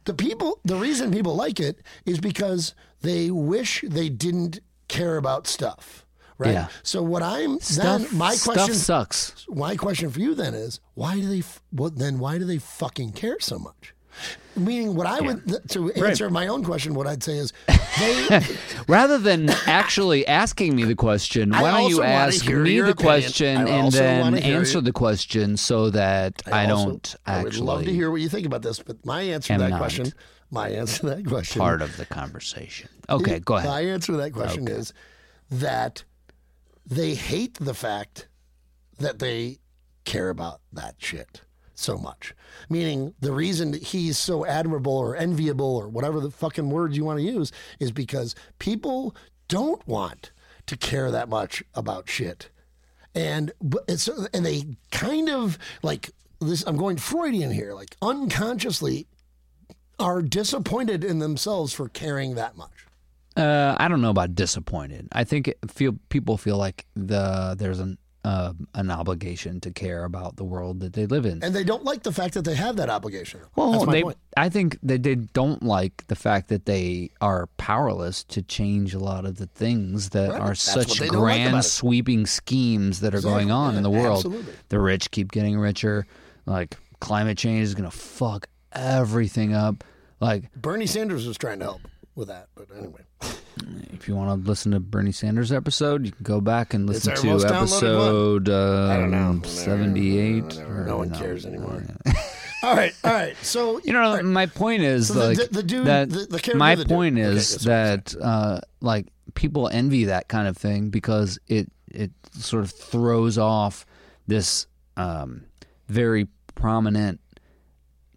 B: the people, the reason people like it is because they wish they didn't care about stuff. Right.
C: Yeah.
B: So what I'm
C: Stuff,
B: then my
C: stuff
B: question
C: sucks.
B: my question for you then is why do they f- what then why do they fucking care so much? Meaning what I would th- to answer my own question what I'd say is they
C: Rather than actually asking me the question,
B: I
C: why don't
B: also
C: you
B: wanna
C: ask
B: hear
C: me
B: your
C: the
B: opinion.
C: question
B: I
C: and
B: also
C: then
B: wanna hear
C: answer
B: you.
C: the question so that I,
B: also-
C: don't
B: I would love to
C: actually
B: hear what you think about this, but my answer to
C: am
B: that
C: not.
B: question, my answer to that question,
C: part of the conversation? Okay, go ahead.
B: my answer to that question is that they hate the fact that they care about that shit so much. Meaning, the reason that he's so admirable or enviable or whatever the fucking words you want to use is because people don't want to care that much about shit. And but it's and they kind of like this. I'm going Freudian here, like unconsciously are disappointed in themselves for caring that much.
C: Uh, I don't know about disappointed. I think it feel people feel like the there's an uh, an obligation to care about the world that they live in.
B: And they don't like the fact that they have that obligation.
C: Well,
B: That's my
C: they,
B: point.
C: I think that they don't like the fact that they are powerless to change a lot of the things that
B: Right.
C: are
B: That's what
C: such
B: they don't like
C: grand,
B: about it.
C: sweeping schemes that are going on in the world.
B: Absolutely.
C: The rich keep getting richer. Like climate change is gonna fuck everything up. Like
B: Bernie Sanders was trying to help with that, but anyway.
C: if you want to listen to Bernie Sanders episode, you can go back and listen
B: our
C: to
B: most downloaded one.
C: episode um,
B: Whatever.
C: seventy-eight. or-
B: No one cares anymore. all right, all right. So
C: You know, mm, my point is
B: So the-
C: like
B: the- the dude-
C: that.
B: the- the character
C: my
B: of the dude.
C: point
B: Okay,
C: is
B: that's what I'm
C: that uh, like people envy that kind of thing because it it sort of throws off this um, very prominent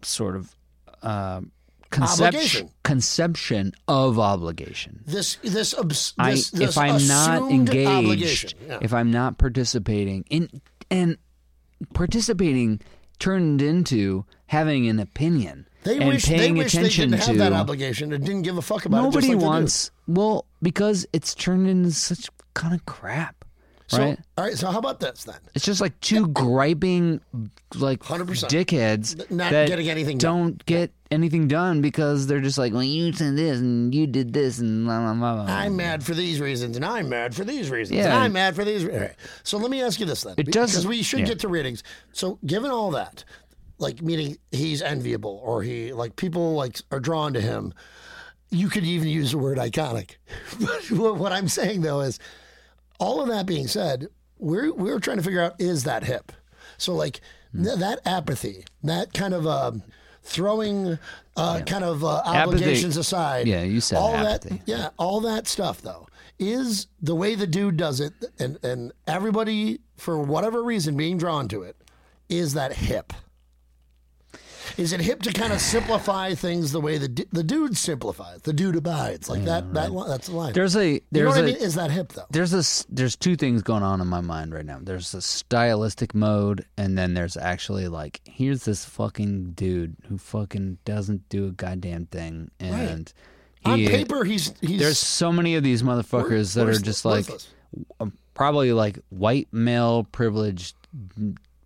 C: sort of um conception
B: Obligation.
C: conception of obligation.
B: this this, obs-
C: I,
B: this, this
C: if I'm not
B: assumed
C: engaged,
B: obligation. Yeah.
C: if I'm not participating in and participating turned into having an opinion
B: they
C: and
B: wish they
C: paying
B: wish they
C: attention
B: didn't have
C: to
B: that obligation and didn't give a fuck about
C: nobody
B: it. just like they do.
C: wants well because it's turned into such kind of crap
B: So,
C: right
B: All right. So how about this then?
C: it's just like two griping like
B: 100%.
C: dickheads
B: Th- not
C: that
B: getting anything done.
C: don't get anything done because they're just like well you said this and you did this and blah blah blah, blah.
B: I'm mad for these reasons, and I'm mad for these reasons, and
C: Oh, Yeah.
B: I'm mad for these. Re- all right. So let me ask you this then,
C: It
B: because
C: doesn't-
B: we should
C: yeah.
B: get to ratings. So given all that, like meaning he's enviable, or he like people like are drawn to him. You could even use the word iconic. But what what I'm saying though is, all of that being said, we're we're trying to figure out is that hip. So like
C: Hmm.
B: th- that apathy, that kind of um, throwing uh, kind of uh,
C: Apathy.
B: obligations aside.
C: Yeah, you said
B: all
C: apathy.
B: that. Yeah, all that stuff though is the way the dude does it, and and everybody for whatever reason being drawn to it is that hip. Is it hip to kind of simplify things the way the du- the dude simplifies? The dude abides like that. That li- that's the line.
C: Mm, there's a
B: you know
C: there's
B: what
C: a
B: I mean? Is that hip though?
C: there's this there's two things going on in my mind right now. There's a stylistic mode and then there's actually like here's this fucking dude who fucking doesn't do a goddamn thing and
B: On
C: he-
B: paper, he's he's
C: there's so many of these motherfuckers that are
B: worth-
C: just like um,
B: worthless.
C: probably like white male privileged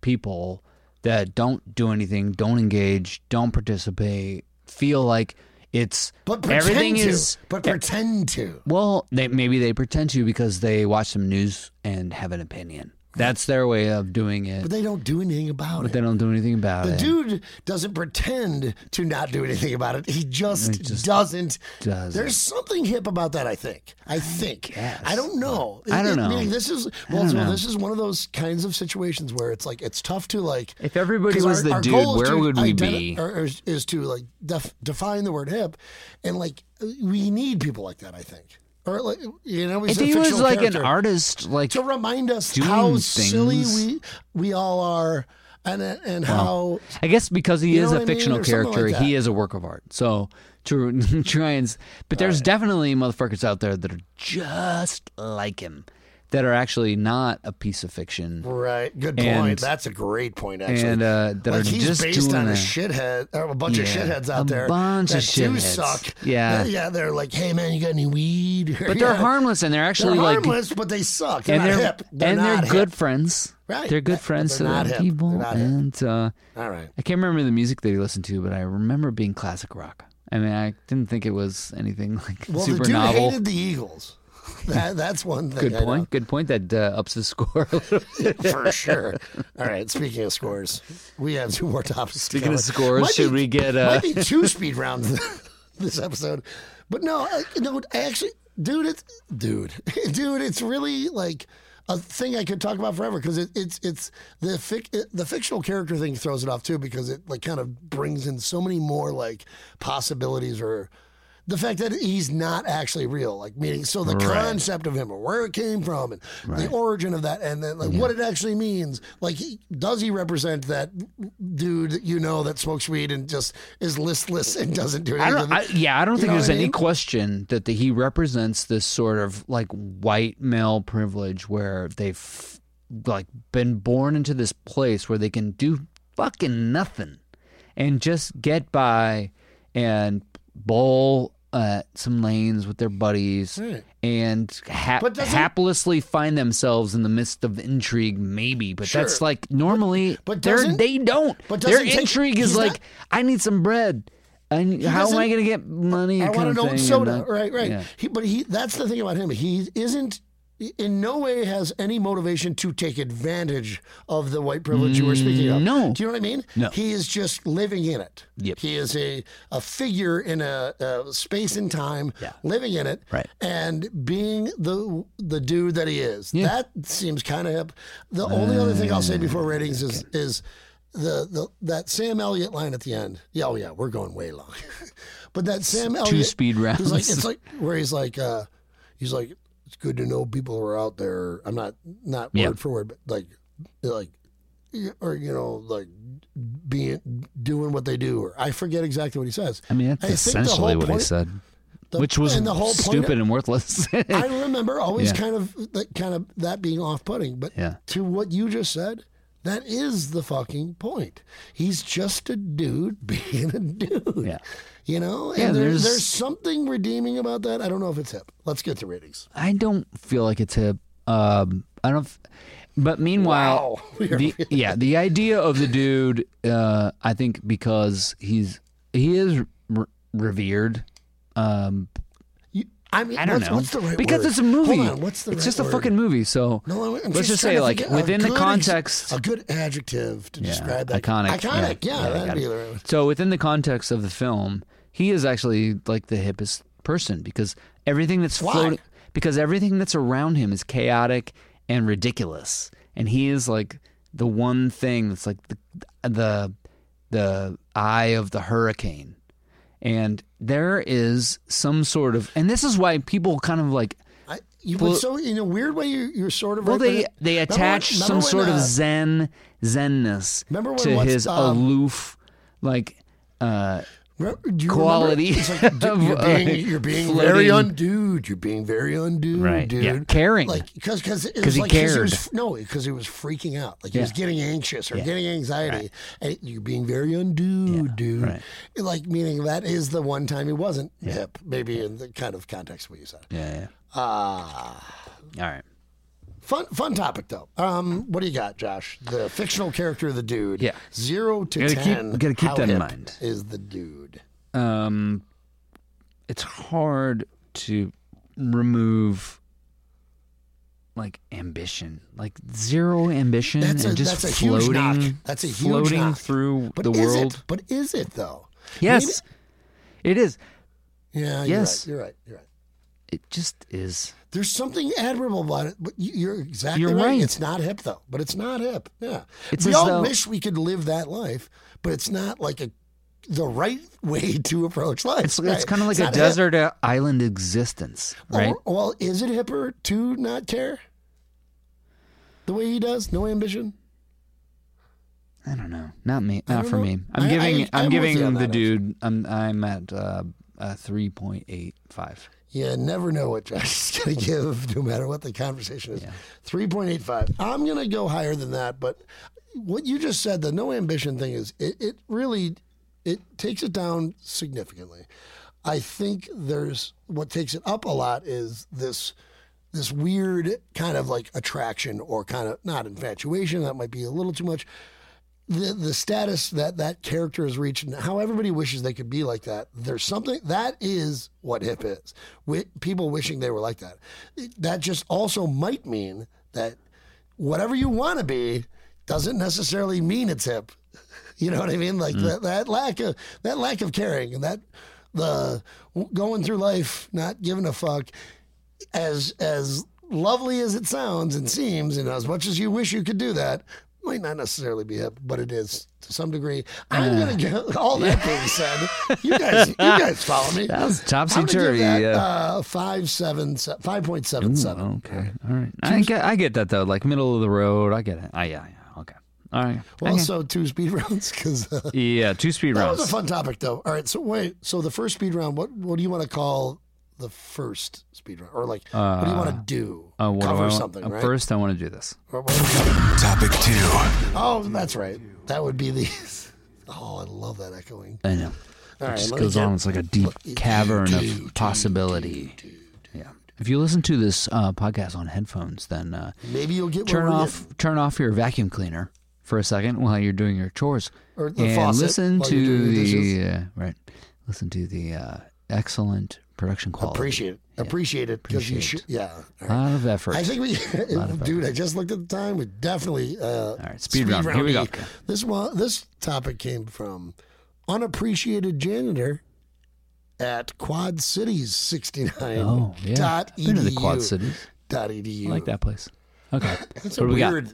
C: people that don't do anything, don't engage, don't participate, feel like it's
B: but pretend
C: everything
B: to,
C: is
B: but pretend to.
C: Well, they, maybe they pretend to because they watch some news and have an opinion. That's their way of doing it,
B: But
C: but
B: they don't do anything about
C: they,
B: it.
C: don't do anything about
B: The
C: it.
B: dude doesn't pretend to not do anything about it. He just, doesn't.
C: doesn't.
B: There's something hip about that. I think. I think.
C: guess,
B: I don't know.
C: I don't know.
B: meaning this is well,
C: don't
B: so
C: know.
B: this is one of those kinds of situations where it's like it's tough to like.
C: If everybody
B: 'cause
C: was
B: our-
C: the
B: our
C: dude,
B: goal is
C: where
B: to
C: would we
B: identi-
C: be?
B: Or, or is- is to like def- define the word hip, and like we need people like that. I think. Or like you know, he's
C: if
B: a
C: he was
B: fictional
C: like
B: character
C: an artist, like
B: to remind us
C: doing
B: how silly
C: things.
B: we we all are, and and how
C: I guess because he
B: You know
C: is
B: what
C: a
B: I mean?
C: fictional
B: Or something
C: character,
B: like
C: he
B: that.
C: is a work of art. So to try and, s- but there's definitely motherfuckers out there that are just like him, that are actually not a piece of fiction.
B: Right. Good point.
C: And-
B: That's a great point, actually.
C: and, uh, that
B: like
C: are
B: he's
C: just
B: based
C: doing
B: on a
C: a-
B: shithead, or a bunch of
C: Yeah,
B: shitheads
C: a
B: out there.
C: bunch of
B: that do
C: shitheads.
B: suck.
C: Yeah.
B: They're- yeah. They're like, hey man, you got any weed?
C: But they're harmless and they're
B: They're
C: actually like
B: harmless, but they suck. They're
C: and
B: not
C: they're
B: hip. They're
C: and they're
B: not
C: good
B: hip.
C: friends.
B: Right.
C: They're
B: Yeah,
C: good friends to
B: they're not
C: them
B: hip.
C: people.
B: They're not hip.
C: and uh,
B: All right.
C: I can't remember the music that he listened to, but I remember being classic rock. I mean, I didn't think it was anything like
B: Well,
C: super
B: the dude
C: novel.
B: hated the Eagles. That, that's one thing.
C: Good
B: I know.
C: point. Good point. That uh, ups the score. a little bit.
B: For sure. All right. Speaking of scores, we have two more topics.
C: Speaking of
B: score,
C: scores, should we get, uh,
B: might be two speed rounds this episode? But no, I, no. I actually, dude, it's dude, dude. It's really like a thing I could talk about forever because it, it's it's the fic, the fictional character thing throws it off too because it like kind of brings in so many more like possibilities or. The fact that he's not actually real, like meaning, so the concept of him or where it came from and the origin of that, and then like what it actually means. Like, he, does he represent that dude that you know that smokes weed and just is listless and doesn't do
C: I
B: anything?
C: don't. I, yeah, I don't
B: You
C: think
B: know
C: there's
B: what I
C: any
B: mean?
C: question that the, he represents this sort of like white male privilege where they've like been born into this place where they can do fucking nothing and just get by and bowl uh, some lanes with their buddies
B: Right.
C: and ha-
B: But doesn't-
C: haplessly find themselves in the midst of intrigue, maybe. But that's
B: Sure.
C: like normally,
B: but
C: they're-
B: doesn't-
C: they don't.
B: but
C: their
B: doesn't take-
C: intrigue is
B: he's
C: like,
B: not-
C: I need some bread. I need, how am I
B: doesn't-
C: going to get money?
B: I
C: kind
B: want to
C: of
B: know
C: thing,
B: what
C: and uh,
B: soda.
C: not-
B: right, right.
C: yeah.
B: He, but he that's the thing about him. He isn't in no way has any motivation to take advantage of the white privilege you were speaking of.
C: no.
B: Do you know what I mean?
C: No.
B: He is just living in it.
C: Yep.
B: He is a, a figure in a, a space and time
C: Yeah.
B: living in it
C: Right.
B: and being the the dude that he is.
C: Yeah. Mm.
B: That seems kind of hip. The only other thing I'll say before ratings is is the, the that Sam Elliott line at the end. Yeah, oh yeah, we're going way long. but that Sam Elliott
C: speed
B: He's like,
C: rounds.
B: it's like where he's like, uh, he's like, it's good to know people are out there. I'm not not word
C: Yeah.
B: for word, but like, like, or you know, like being doing what they do. Or I forget exactly what he says.
C: I mean, that's
B: think the
C: essentially
B: whole
C: what I
B: point-
C: said,
B: the-
C: which was
B: and the whole point
C: stupid
B: of-
C: and worthless.
B: I remember always
C: Eh. Yeah.
B: kind of that kind of that being off putting, but
C: Yeah.
B: to what you just said, that is the fucking point. He's just a dude being a dude.
C: Yeah.
B: You know? And
C: Yeah,
B: there's,
C: there's-
B: there's something redeeming about that. I don't know if it's hip. Let's get to ratings.
C: I don't feel like it's hip. Um, I don't. F- but meanwhile,
B: Wow. We are
C: the, yeah, the idea of the dude, uh, I think, because he's he is re- revered. Um,
B: You- I mean,
C: I don't
B: what's,
C: know
B: what's the right
C: because
B: word?
C: it's a movie.
B: Hold on, what's the
C: it's
B: right
C: just
B: word?
C: a fucking movie. So
B: No, I'm- I'm
C: let's just
B: trying
C: say
B: to
C: like
B: think of a
C: within the
B: good ex-
C: context.
B: a good adjective to
C: Yeah,
B: describe that.
C: iconic.
B: Iconic, yeah,
C: I
B: that'd
C: got
B: be
C: it.
B: the right word.
C: So within the context of the film, he is actually like the hippest person because everything that's
B: Why?
C: floating because everything that's around him is chaotic and ridiculous, and he is like the one thing that's like the the the eye of the hurricane. And there is some sort of, and this is why people kind of like
B: I, you,
C: Well-
B: but so in a weird way, you, you're sort of
C: well,
B: right, but
C: they
B: it-
C: they
B: remember
C: attach
B: when- remember
C: some
B: when,
C: sort of
B: uh,
C: zen zenness
B: remember when
C: to
B: what's-
C: his
B: um,
C: aloof, like uh,
B: Re- do you remember-
C: Quality
B: it's like, d-
C: of,
B: you're being,
C: uh,
B: you're being
C: floating-
B: very undude. You're being very undude,
C: Right,
B: dude.
C: yeah. Caring.
B: like because because
C: 'Cause he
B: like, 'cause
C: cared.
B: was, no, because he was freaking out. Like he was
C: Yeah.
B: getting anxious or
C: Yeah.
B: getting anxiety, and you're being very undude, dude.
C: right.
B: Like meaning that is the one time he wasn't hip, maybe in the kind of context we use that.
C: yeah,
B: Ah.
C: yeah. all right.
B: Fun fun topic though. Um, what do you got, Josh? The fictional character of the dude.
C: Yeah.
B: zero to
C: Gotta keep-
B: ten.
C: gotta keep
B: how
C: that in
B: hip
C: mind.
B: Is the dude?
C: Um, it's hard to remove like ambition, like zero ambition,
B: That's a-
C: and just
B: that's a huge
C: floating.
B: knock. That's a huge
C: floating
B: knock.
C: through
B: But
C: the
B: is
C: world.
B: It? But is it though?
C: Yes, it is.
B: Yeah. You're
C: Yes.
B: Right, you're right. You're right.
C: It just is.
B: There's something admirable about it. But you- you're exactly
C: You're
B: right.
C: right.
B: It's not hip though. But it's not hip. Yeah.
C: It's
B: we
C: as
B: all
C: though-
B: wish we could live that life, but it's not like a the right way to approach life.
C: It's,
B: right?
C: it's kind of like a
B: not hip.
C: desert uh, island existence,
B: Or-
C: right?
B: well, is it hipper to not care? The way he does, no ambition.
C: I don't know. Not me.
B: I
C: Not
B: don't
C: for
B: know.
C: me. I'm
B: I-
C: giving.
B: I-
C: I,
B: I'm
C: am
B: with you on
C: giving the
B: that,
C: dude. I'm. I'm at uh, uh, three point eight five.
B: You never know what Josh is going to give, no matter what the conversation is. 3.85. I'm going to go higher than that, but what you just said, the no ambition thing, is it, it really it takes it down significantly. I think there's what takes it up a lot is this this weird kind of like attraction or kind of not infatuation that might be a little too much the the status that that character has reached and how everybody wishes they could be like that there's something that is what hip is Wi people wishing they were like that It- that just also might mean that whatever you want to be doesn't necessarily mean it's hip you know what i mean
C: Mm.
B: like that, that lack of that lack of caring and that the w- going through life not giving a fuck as as lovely as it sounds and seems, and as much as you wish you could do that, might not necessarily be hip, but it is to some degree. I'm
C: Ah.
B: gonna go. All that being said, you guys, you guys follow me.
C: That was
B: I'm gonna give
C: topsy-turvy,
B: that,
C: yeah.
B: uh, five seven se- five point seven seven.
C: Okay. All right. I get. I get that though. Like middle of the road. I get it. I yeah. yeah. Okay. All right.
B: Well,
C: Okay.
B: also two speed rounds because uh,
C: yeah. Two speed
B: that
C: rounds.
B: was a fun topic, though. All right, so wait, so the first speed round, what what do you want to call the first speed round, or like what do you want to do?
C: Uh, what do I
B: Cover
C: want-
B: something,
C: uh,
B: right?
C: First, I want to do this.
B: Or what-
A: Topic two.
B: Oh, that's right. That would be the. Oh, I love that echoing.
C: I know.
B: All
C: It
B: right,
C: just
B: let me
C: goes
B: get-
C: on. It's like a deep cavern of possibility. Yeah. If you listen to this uh, podcast on headphones, then uh,
B: Maybe you'll get
C: turn
B: one when we
C: off turn off your vacuum cleaner for a second while you're doing your chores,
B: Or the
C: and
B: faucet
C: listen
B: while you're
C: to
B: doing the
C: the
B: dishes.
C: uh, right. Listen to the uh, excellent production quality.
B: Appreciate it. Appreciate it because you
C: Appreciate.
B: should. Yeah.
C: A lot of effort.
B: I think we, dude. I just looked at the time. We definitely. Uh, All
C: right, speed round. Here we go.
B: This one. This topic came from unappreciated janitor at Quad Cities sixty nine.
C: oh yeah.
B: Dot
C: Been to the Quad
B: edu.
C: Cities.
B: Dot E edu.
C: I like that place. Okay.
B: That's
C: What
B: a
C: do we got?
B: weird.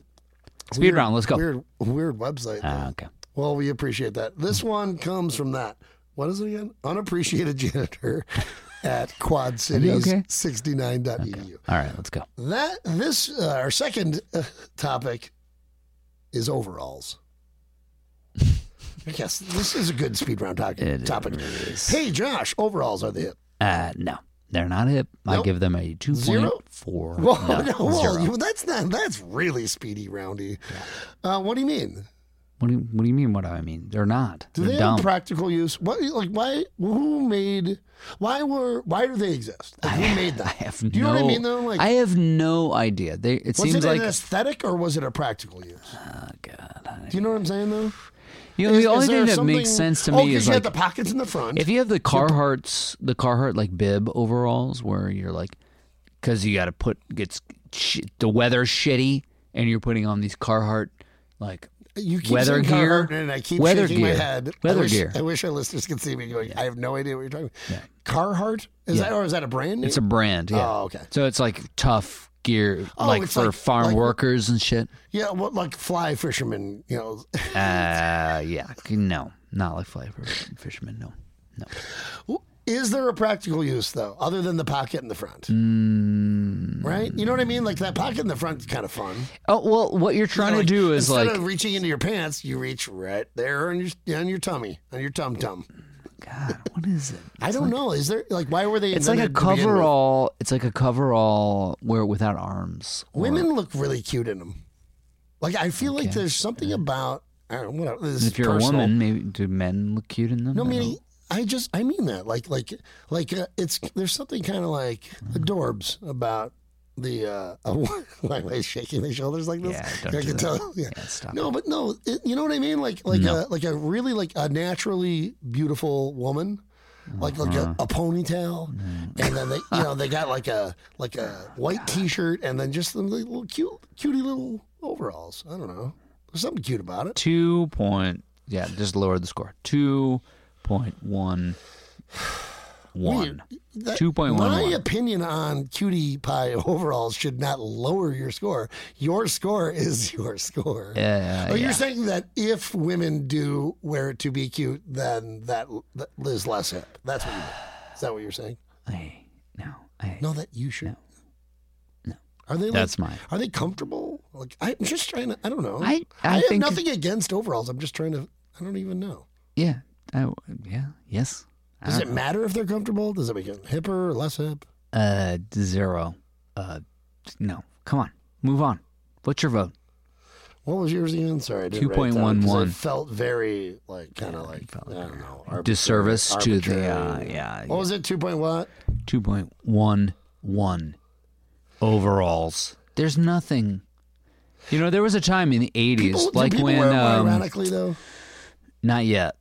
C: Speed
B: weird-
C: round. Let's go.
B: Weird, weird website.
C: Ah, Hmm. okay.
B: Well, we appreciate that. This one comes from that. What is it again? Unappreciated janitor at Quad Cities E
C: okay?
B: 69.edu.
C: All right. Let's go.
B: That this uh, our second uh, topic is overalls. yes, this is a good speed round talk-
C: It
B: topic.
C: is.
B: Hey, Josh, overalls are the hip.
C: Uh, no, they're not hip. I
B: Nope.
C: give them a two point four.
B: Whoa,
C: no,
B: no, whoa,
C: zero.
B: you- that's not. That's really speedy roundy. Uh, what do you mean?
C: What do you, What do you mean? What do I mean? They're not.
B: Do
C: they're
B: they
C: dumb.
B: have practical use? What like why? Who made? Why were? Why do they exist? Like, who made them?
C: I have
B: Do you
C: no.
B: know what I mean? Though, like,
C: I have no idea. They.
B: was
C: It seems
B: it
C: like.
B: an aesthetic or was it a practical use?
C: oh, God. I-
B: Do you know what I'm saying though?
C: you know,
B: Is-
C: the only
B: is there
C: thing that
B: something-
C: makes sense to
B: oh,
C: me
B: 'cause
C: is
B: you
C: like
B: had the pockets in the front.
C: if you have the Carhartts, the Carhartt like bib overalls, where you're like, because you got to put gets sh- the weather shitty, and you're putting on these Carhartt like
B: You keep
C: Weather
B: saying Carhartt,
C: gear.
B: and I keep
C: Weather
B: shaking my
C: gear.
B: head. I
C: Weather
B: wish-
C: gear.
B: I wish our listeners could see me going. I have no idea what you're talking about. Carhartt is that or is that a brand?
C: It's a brand, yeah.
B: Oh, okay.
C: So it's like tough gear,
B: Oh,
C: like
B: it's
C: for
B: like-
C: farm
B: like-
C: workers and shit.
B: yeah, what like fly fishermen? You know,
C: Uh, yeah, no, not like fly fish- fishermen. No, no.
B: Is there a practical use though, other than the pocket in the front?
C: Mm.
B: Right? You know what I mean? Like that pocket in the front is kind of fun.
C: Oh well, what you're trying
B: Like,
C: to do is
B: instead
C: like,
B: of reaching into your pants, you reach right there on your on your tummy, on your tum tum.
C: God, what is it?
B: I don't know. Is there like why were they?
C: It's like a
B: invented to begin with?
C: coverall. It's like a coverall where without arms. or-
B: Women look really cute in them. Like I feel like there's something about I don't know. Whatever, this is
C: if you're
B: personal.
C: a woman, maybe do men look cute in them?
B: no
C: I
B: meaning.
C: don't-
B: I just I mean that like like like uh, it's there's something kind of like adorbs about the uh why am I shaking my shoulders like this?
C: Yeah, don't
B: I
C: do
B: can
C: that.
B: tell. Yeah.
C: Yeah, stop
B: no, but no, it, you know what I mean? Like like a like a really like a naturally beautiful woman. Like like
C: Uh-huh.
B: a, a ponytail,
C: Mm-hmm.
B: and then they you know they got like a like a white T-shirt, and then just the little cute cutie little overalls. I don't know, there's something cute about it.
C: Two point. Yeah, just lower the score. Two point one one.
B: That-
C: Two point one
B: My
C: one.
B: opinion on cutie pie overalls should not lower your score. Your score is your score.
C: Yeah,
B: Oh,
C: Uh, yeah.
B: you're saying that if women do wear it to be cute, then that, that is less hip. That's what you mean. Is that what you're saying?
C: Hey, no, hey.
B: No, that you should. No. Are they? Like,
C: That's mine.
B: Are they comfortable? Like I'm just trying to. Oh, I don't know.
C: I- I
B: have
C: think-
B: nothing against overalls. I'm just trying to. I don't even know.
C: Yeah, I, yeah, yes. Uh, I
B: Does
C: don't
B: it matter if they're comfortable? Does it make it hipper or less hip?
C: Uh, zero. Uh, no. Come on, move on. What's your vote?
B: What was yours again? Sorry, I didn't write it down
C: 2.11.
B: because It felt very like kind of like I don't know arbitrary-
C: Disservice to the uh,
B: arbitrary. Oh,
C: yeah,
B: What was it? Two point what?
C: two point one one overalls. There's nothing. You know, there was a time in the
B: People, do
C: '80s, like
B: people
C: when
B: wear them
C: um,
B: ironically though,
C: not yet,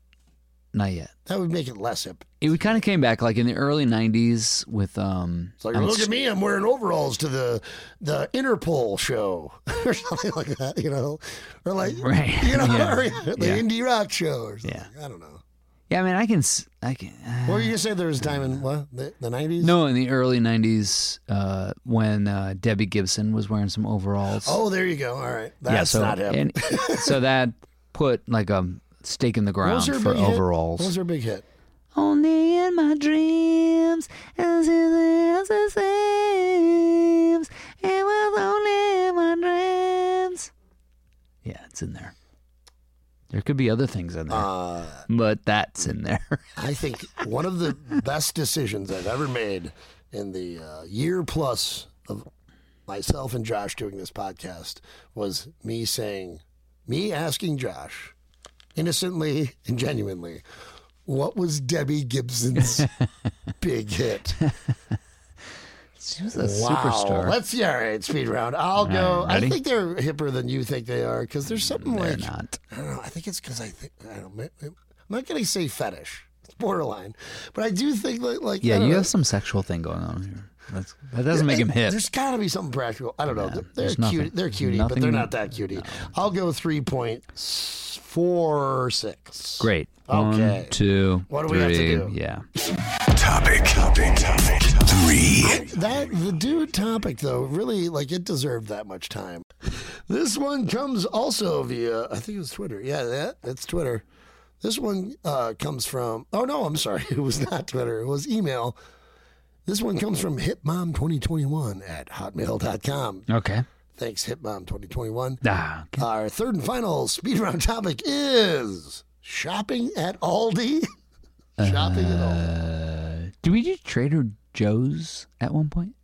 C: not yet.
B: that would make it less hip.
C: It kind of came back, like in the early '90s, with um,
B: It's like
C: I'm
B: look
C: s-
B: at me, I'm wearing overalls to the the Interpol show or something like that. You know, or like
C: Right.
B: you know,
C: Yeah.
B: or the
C: Yeah.
B: indie rock show or something.
C: Yeah.
B: I don't know.
C: yeah, I mean, I can, s- I can. Uh,
B: What were you gonna say? There was time in what the the nineties?
C: No, in the early '90s, uh, when uh, Debbie Gibson was wearing some overalls.
B: Oh, there you go. All right, that's
C: yeah, so
B: not hip.
C: and- so that put like a stake in the
B: What
C: ground
B: was her
C: for
B: big hit?
C: overalls.
B: What was her big hit?
C: Only in my dreams, as it is, it seems. It was only in my dreams. Yeah, it's in there. There could be other things in there,
B: Uh,
C: but that's in there.
B: I think one of the best decisions I've ever made in the uh, year plus of myself and Josh doing this podcast was me saying, me asking Josh innocently and genuinely, What was Debbie Gibson's big hit?
C: She was a
B: Wow.
C: superstar.
B: Let's yeah, all right, speed round. I'll go.
C: ready?
B: I think they're hipper than you think they are because there's something
C: They're
B: like
C: not.
B: I don't know. I think it's because I think I don't. know, I'm not gonna say fetish. It's borderline, but I do think that like I
C: Yeah,
B: don't
C: you
B: know,
C: have some sexual thing going on here. That's, that doesn't make him
B: and
C: hip.
B: There's got to be something practical. I don't know. They're- They're
C: there's
B: cute.
C: nothing.
B: They're cutie, but they're
C: Nothing-
B: not that cutie. I'll go three point four six.
C: Great.
B: Okay.
C: One, two,
B: What do we have to
C: three.
B: do?
C: Yeah.
A: Topic, topic, topic three.
B: That the dude topic though really like it deserved that much time. This one comes also via I think it was Twitter. Yeah, that that's Twitter. This one uh, comes from oh no I'm sorry it was not Twitter it was email. This one comes from hitmom2021 at hotmail.com.
C: Okay.
B: Thanks hitmom2021.
C: Ah, okay.
B: Our third and final speed round topic is shopping at Aldi. shopping at Aldi.
C: Uh, Did we do Trader Joe's at one point?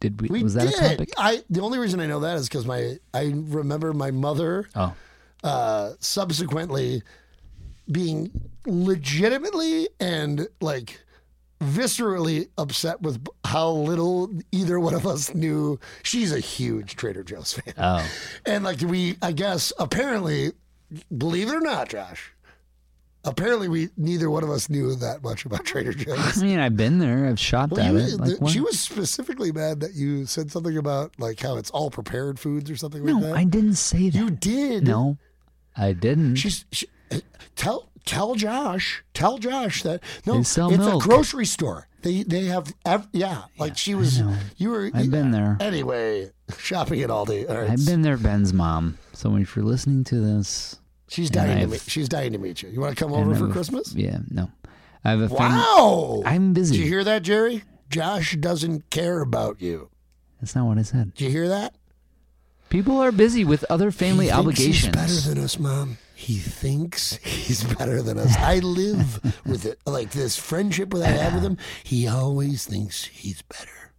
C: Did we?
B: We
C: was that
B: did.
C: a topic?
B: I the only reason I know that is because my I remember my mother
C: Oh,
B: uh, subsequently being legitimately and like viscerally upset with how little either one of us knew. She's a huge Trader Joe's fan,
C: oh,
B: and like we, I guess, apparently, believe it or not, Josh. Apparently, we neither one of us knew that much about Trader Joe's.
C: I mean, I've been there. I've shopped
B: Well,
C: at
B: you,
C: it. Like,
B: the,
C: what?
B: she was specifically mad that you said something about like how it's all prepared foods or something like
C: no,
B: that.
C: I didn't say that.
B: uh, you did.
C: No, I didn't.
B: she's she, tell tell Josh, tell Josh that no,
C: They
B: it's
C: sell
B: a
C: milk.
B: grocery store. They they have ev- yeah, like she was.
C: know.
B: You were.
C: I've been there.
B: Anyway, shopping at Aldi. All right.
C: I've been there, Ben's mom. So if you're listening to this,
B: she's
C: and
B: dying to
C: I've-
B: meet. She's dying to meet you. You want to come
C: and
B: over
C: I
B: for
C: have a-
B: Christmas?
C: Yeah, no. I have a family.
B: Wow.
C: I'm busy.
B: Did you hear that, Jerry? Josh doesn't care about you.
C: That's not what I said.
B: Did you hear that?
C: People are busy with other family
B: he Thinks he's
C: obligations.
B: better than us, mom. He thinks he's better than us. I live with it. Like this friendship that I have with him, he always thinks he's better.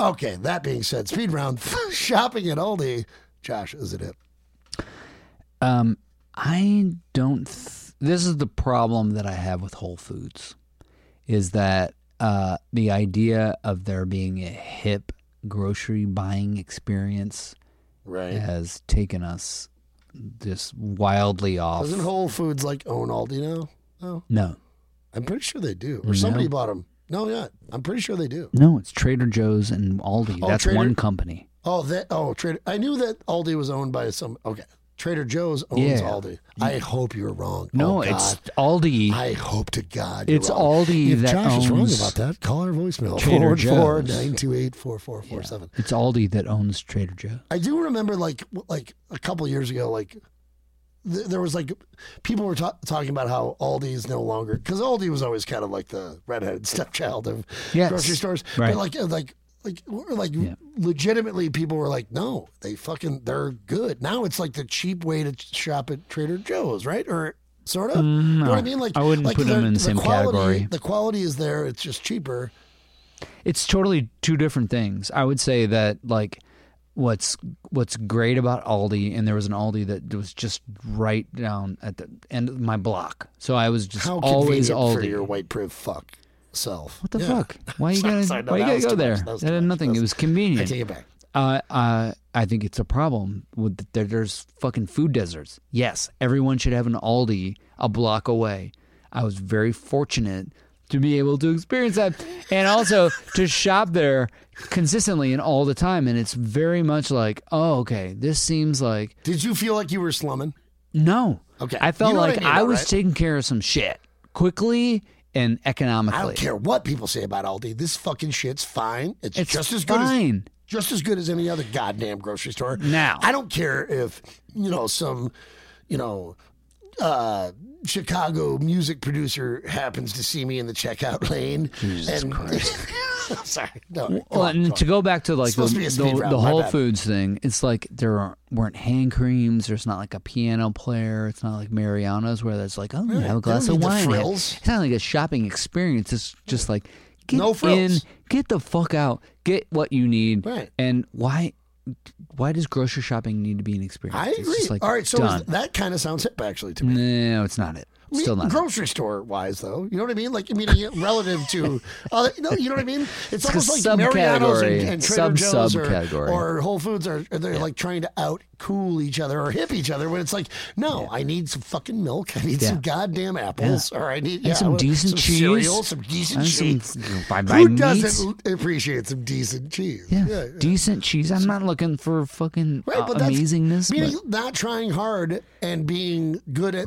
B: Okay, that being said, speed round shopping at Aldi. Josh, is it it?
C: Um, I don't. Th- this is the problem that I have with Whole Foods, is that uh, the idea of there being a hip grocery buying experience
B: Right.
C: has taken us just wildly off.
B: Doesn't Whole Foods like own Aldi now? No,
C: no,
B: I'm pretty sure they do. Or somebody
C: No.
B: bought them. No, yeah, I'm pretty sure they do.
C: no, it's Trader Joe's and Aldi.
B: Oh,
C: That's
B: Trader-
C: one company.
B: Oh, that. Oh, Trader. I knew that Aldi was owned by some. Okay, Trader Joe's owns
C: Yeah.
B: Aldi. I hope you're wrong.
C: No,
B: Oh,
C: it's
B: God.
C: Aldi.
B: I hope to God.
C: it's
B: all.
C: Aldi
B: If
C: that
B: Josh
C: owns.
B: is wrong about that, call our voicemail.
C: Trader Joe's.
B: 414-928-4447.
C: It's Aldi that owns Trader Joe.
B: I do remember like w- like a couple years ago, like th- there was like people were ta- talking about how Aldi is no longer because Aldi was always kind of like the redheaded stepchild of
C: Yes.
B: grocery stores.
C: Right.
B: But like uh, like like we're, like
C: Yeah.
B: legitimately, people were like, no, they fucking they're good. Now it's like the cheap way to ch- shop at Trader Joe's, right? Or sort of. You know what I
C: Mm, no.
B: mean? Like
C: I wouldn't
B: like
C: put them in the same
B: quality,
C: category.
B: The quality is there. It's just cheaper.
C: it's totally two different things. I would say that like what's what's great about Aldi and there was an Aldi that was just right down at the end of my block. So I was just
B: How
C: always
B: convenient
C: Aldi.
B: for your white priv fuck self.
C: what the
B: Yeah.
C: fuck? Why you gotta
B: Sorry, no,
C: why you
B: that
C: gotta
B: was
C: go
B: too much.
C: there?
B: That was
C: That
B: too
C: had
B: much.
C: nothing.
B: That
C: It
B: was-
C: was
B: I
C: convenient.
B: take it back.
C: Uh, uh, I think it's a problem with the, there, there's fucking food deserts. Yes, everyone should have an Aldi a block away. I was very fortunate to be able to experience that, and also to shop there consistently and all the time. And it's very much like, oh, okay, this seems like
B: Did you feel like you were slumming?
C: no.
B: Okay.
C: I felt
B: You know what
C: like I,
B: I mean, though,
C: was
B: right?
C: taking care of some shit quickly and economically.
B: I don't care what people say about Aldi. This fucking shit's fine. It's,
C: It's
B: just as good as
C: fine.
B: just as good as any other goddamn grocery store.
C: Now.
B: I don't care if you know some, you know, uh, Chicago music producer happens to see me in the checkout lane. Jesus Christ! I'm sorry. No. go
C: Well,
B: on,
C: and
B: go
C: to
B: on.
C: go back to like the,
B: Supposed to be a speed
C: the,
B: round,
C: the
B: my
C: Whole
B: bad.
C: Foods thing, it's like there aren't, weren't hand creams. There's not like a piano player. It's not like Mariano's where there's like, oh, have a
B: don't
C: glass
B: need
C: of
B: the
C: wine. Have-
B: frills.
C: It's not like a shopping experience. It's just like get
B: No
C: in,
B: frills.
C: get the fuck out, get what you need.
B: Right.
C: And why why does grocery shopping need to be an experience?
B: I
C: It's
B: agree.
C: just like,
B: All right, so is-
C: done.
B: that kind of sounds hip actually to me.
C: no, it's not it.
B: I mean,
C: Still not.
B: grocery store wise though. You know what I mean? Like I mean, relative to, uh, no, you know what I mean? It's,
C: like a
B: almost like Mariano's and,
C: subcategory,
B: and Trader Joe's or,
C: sub-subcategory.
B: or Whole Foods are they're like trying to out cool each other or hip each other when it's like, no, I need some fucking milk. I need some
C: Yeah.
B: goddamn apples, or I need
C: And
B: yeah,
C: some
B: well,
C: decent
B: some
C: cheese.
B: cereal, some decent
C: And some-
B: cheese.
C: buy- buy
B: Who
C: meat.
B: doesn't appreciate some decent cheese?
C: Yeah, decent cheese. I'm not looking for fucking
B: Right,
C: uh,
B: but that's
C: amazingness.
B: meaning
C: but-
B: not trying hard and being good at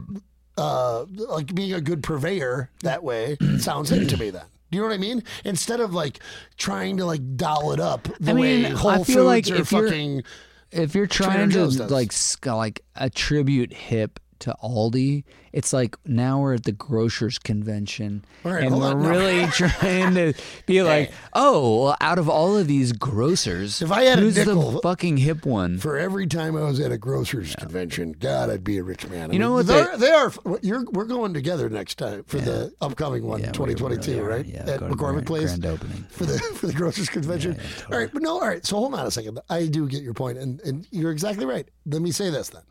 B: uh like being a good purveyor that way sounds hip to me then. Do you know what I mean? Instead of like trying to like doll it up the
C: I mean,
B: way
C: I
B: Whole
C: feel like
B: Foods or
C: if you're-
B: fucking
C: if you're trying to
B: Joe's does.
C: like sc- like attribute hip to Aldi, it's like now we're at the grocers convention
B: All right,
C: and
B: hold
C: we're
B: on, no.
C: really trying to be like, oh, well, out of all of these grocers,
B: If I had a
C: who's
B: nickel
C: the fucking hip one?
B: for every time I was at a grocer's convention, God, I'd be a rich man. I
C: You know
B: mean,
C: what they-
B: They're, they are. You're, we're going together next time for the upcoming one,
C: Yeah, we
B: 2022,
C: really are.
B: right?
C: Yeah,
B: at
C: go to
B: McCormick
C: grand-
B: Place
C: grand opening.
B: for the for the grocers convention. All right, but no, all right. So hold on a second. I do get your point, and and you're exactly right. Let me say this then.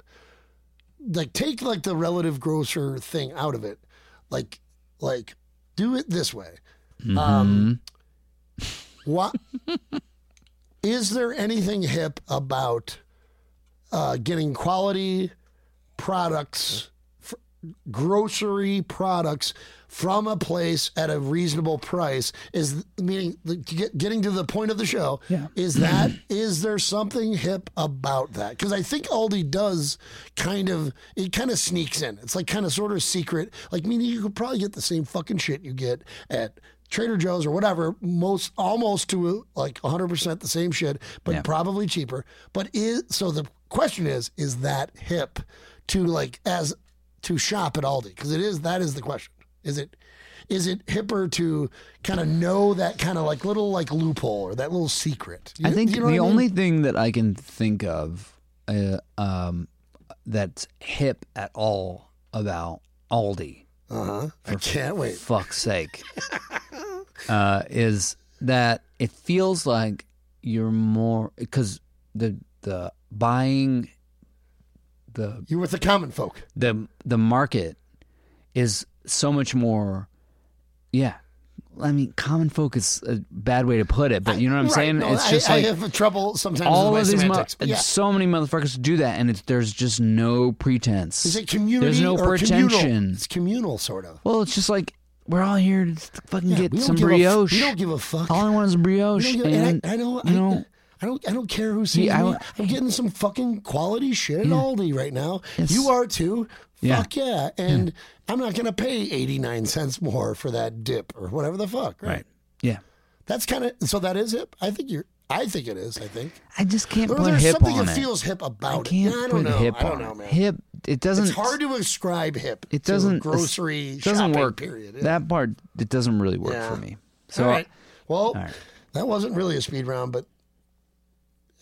B: Like, take like the relative grocer thing out of it. Like, like, do it this way. Um, what is there anything hip about uh, getting quality products, fr- grocery products from a place at a reasonable price? Is meaning like, to get, getting to the point of the show?
C: Yeah.
B: Is that is there something hip about that? Because I think Aldi does kind of it kind of sneaks in. It's like kind of sort of secret. Like meaning you could probably get the same fucking shit you get at Trader Joe's or whatever, most almost to like 100% the same shit, but
C: Yeah.
B: probably cheaper. But is so the question is, is that hip to like as to shop at Aldi? Because it is that is the question. Is it is it hipper to kind of know that kind of like little like loophole or that little secret? You-
C: I think
B: you know
C: the
B: what mean?
C: only thing that I can think of uh, um, that's hip at all about Aldi,
B: uh-huh. I can't wait.
C: fuck's sake, uh, is that it feels like you're more because the the buying the
B: You're with the common folk.
C: the the market is so much more yeah i mean common folk is a bad way to put it but you know what i'm
B: Right,
C: saying
B: no,
C: it's
B: I-
C: just
B: I,
C: like
B: have trouble sometimes
C: all
B: with
C: of
B: my
C: these mo-
B: semantics. but yeah.
C: so many motherfuckers do that and it's, there's just no pretense
B: Is it community
C: there's no
B: or communal?
C: pretension
B: It's communal, sort of.
C: well it's just like we're all here to fucking
B: Yeah,
C: get
B: we don't
C: some
B: give a f-
C: brioche
B: we don't give a fuck.
C: all i want is
B: We
C: brioche
B: don't give-
C: and,
B: and I, I know,
C: Oh, you know
B: I, I don't, I don't care who sees
C: I-
B: me. I'm getting some fucking quality shit at Aldi right now.
C: Yes.
B: You are too.
C: Yeah.
B: Fuck yeah, and I'm not gonna pay 89 cents more for that dip or whatever the fuck. Right.
C: yeah
B: That's kind of so that is hip. I think you're. I think it is. I think.
C: i just can't
B: Or
C: put
B: there's
C: hip
B: something
C: on
B: that
C: it
B: feels hip about
C: i
B: it.
C: can't
B: Yeah, I
C: put
B: don't know.
C: hip
B: I don't
C: on
B: know,
C: it.
B: man.
C: hip it doesn't
B: It's hard to ascribe hip.
C: it
B: to
C: doesn't
B: grocery
C: it doesn't
B: shopping,
C: work
B: Period.
C: that part it doesn't really work
B: Yeah.
C: for me so
B: all right. Well,
C: right.
B: that wasn't really a speed round, but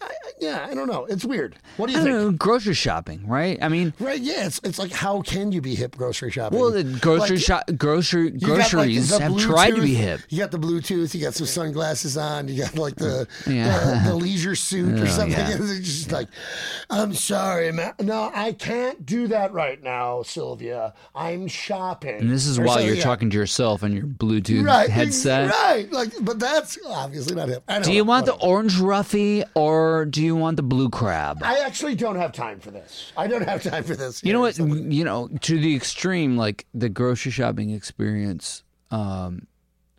B: I, I- yeah, I don't know. It's weird. What do
C: I
B: you
C: don't
B: think?
C: know, grocery shopping, right? I mean,
B: Right? Yeah, it's it's like how can you be hip grocery shopping?
C: well, the grocery
B: Like,
C: shop, grocery
B: you got, like,
C: groceries
B: the
C: have tried to be
B: Bluetooth,
C: hip.
B: You got the Bluetooth. You got some sunglasses on. You got like the
C: Yeah.
B: the, the leisure suit or
C: Oh,
B: something.
C: yeah.
B: It's just like, I'm sorry, ma- no, I can't do that right now, Sylvia. I'm shopping.
C: And this is
B: Or
C: while
B: something,
C: you're
B: yeah.
C: talking to yourself and your Bluetooth
B: right,
C: headset.
B: Right, like, but that's obviously not hip. I
C: Do
B: know,
C: you want the
B: whatever.
C: orange ruffy or do you want the blue crab?
B: I actually don't have time for this. I don't have time for this.
C: you know what? You know, to the extreme, like the grocery shopping experience. Um,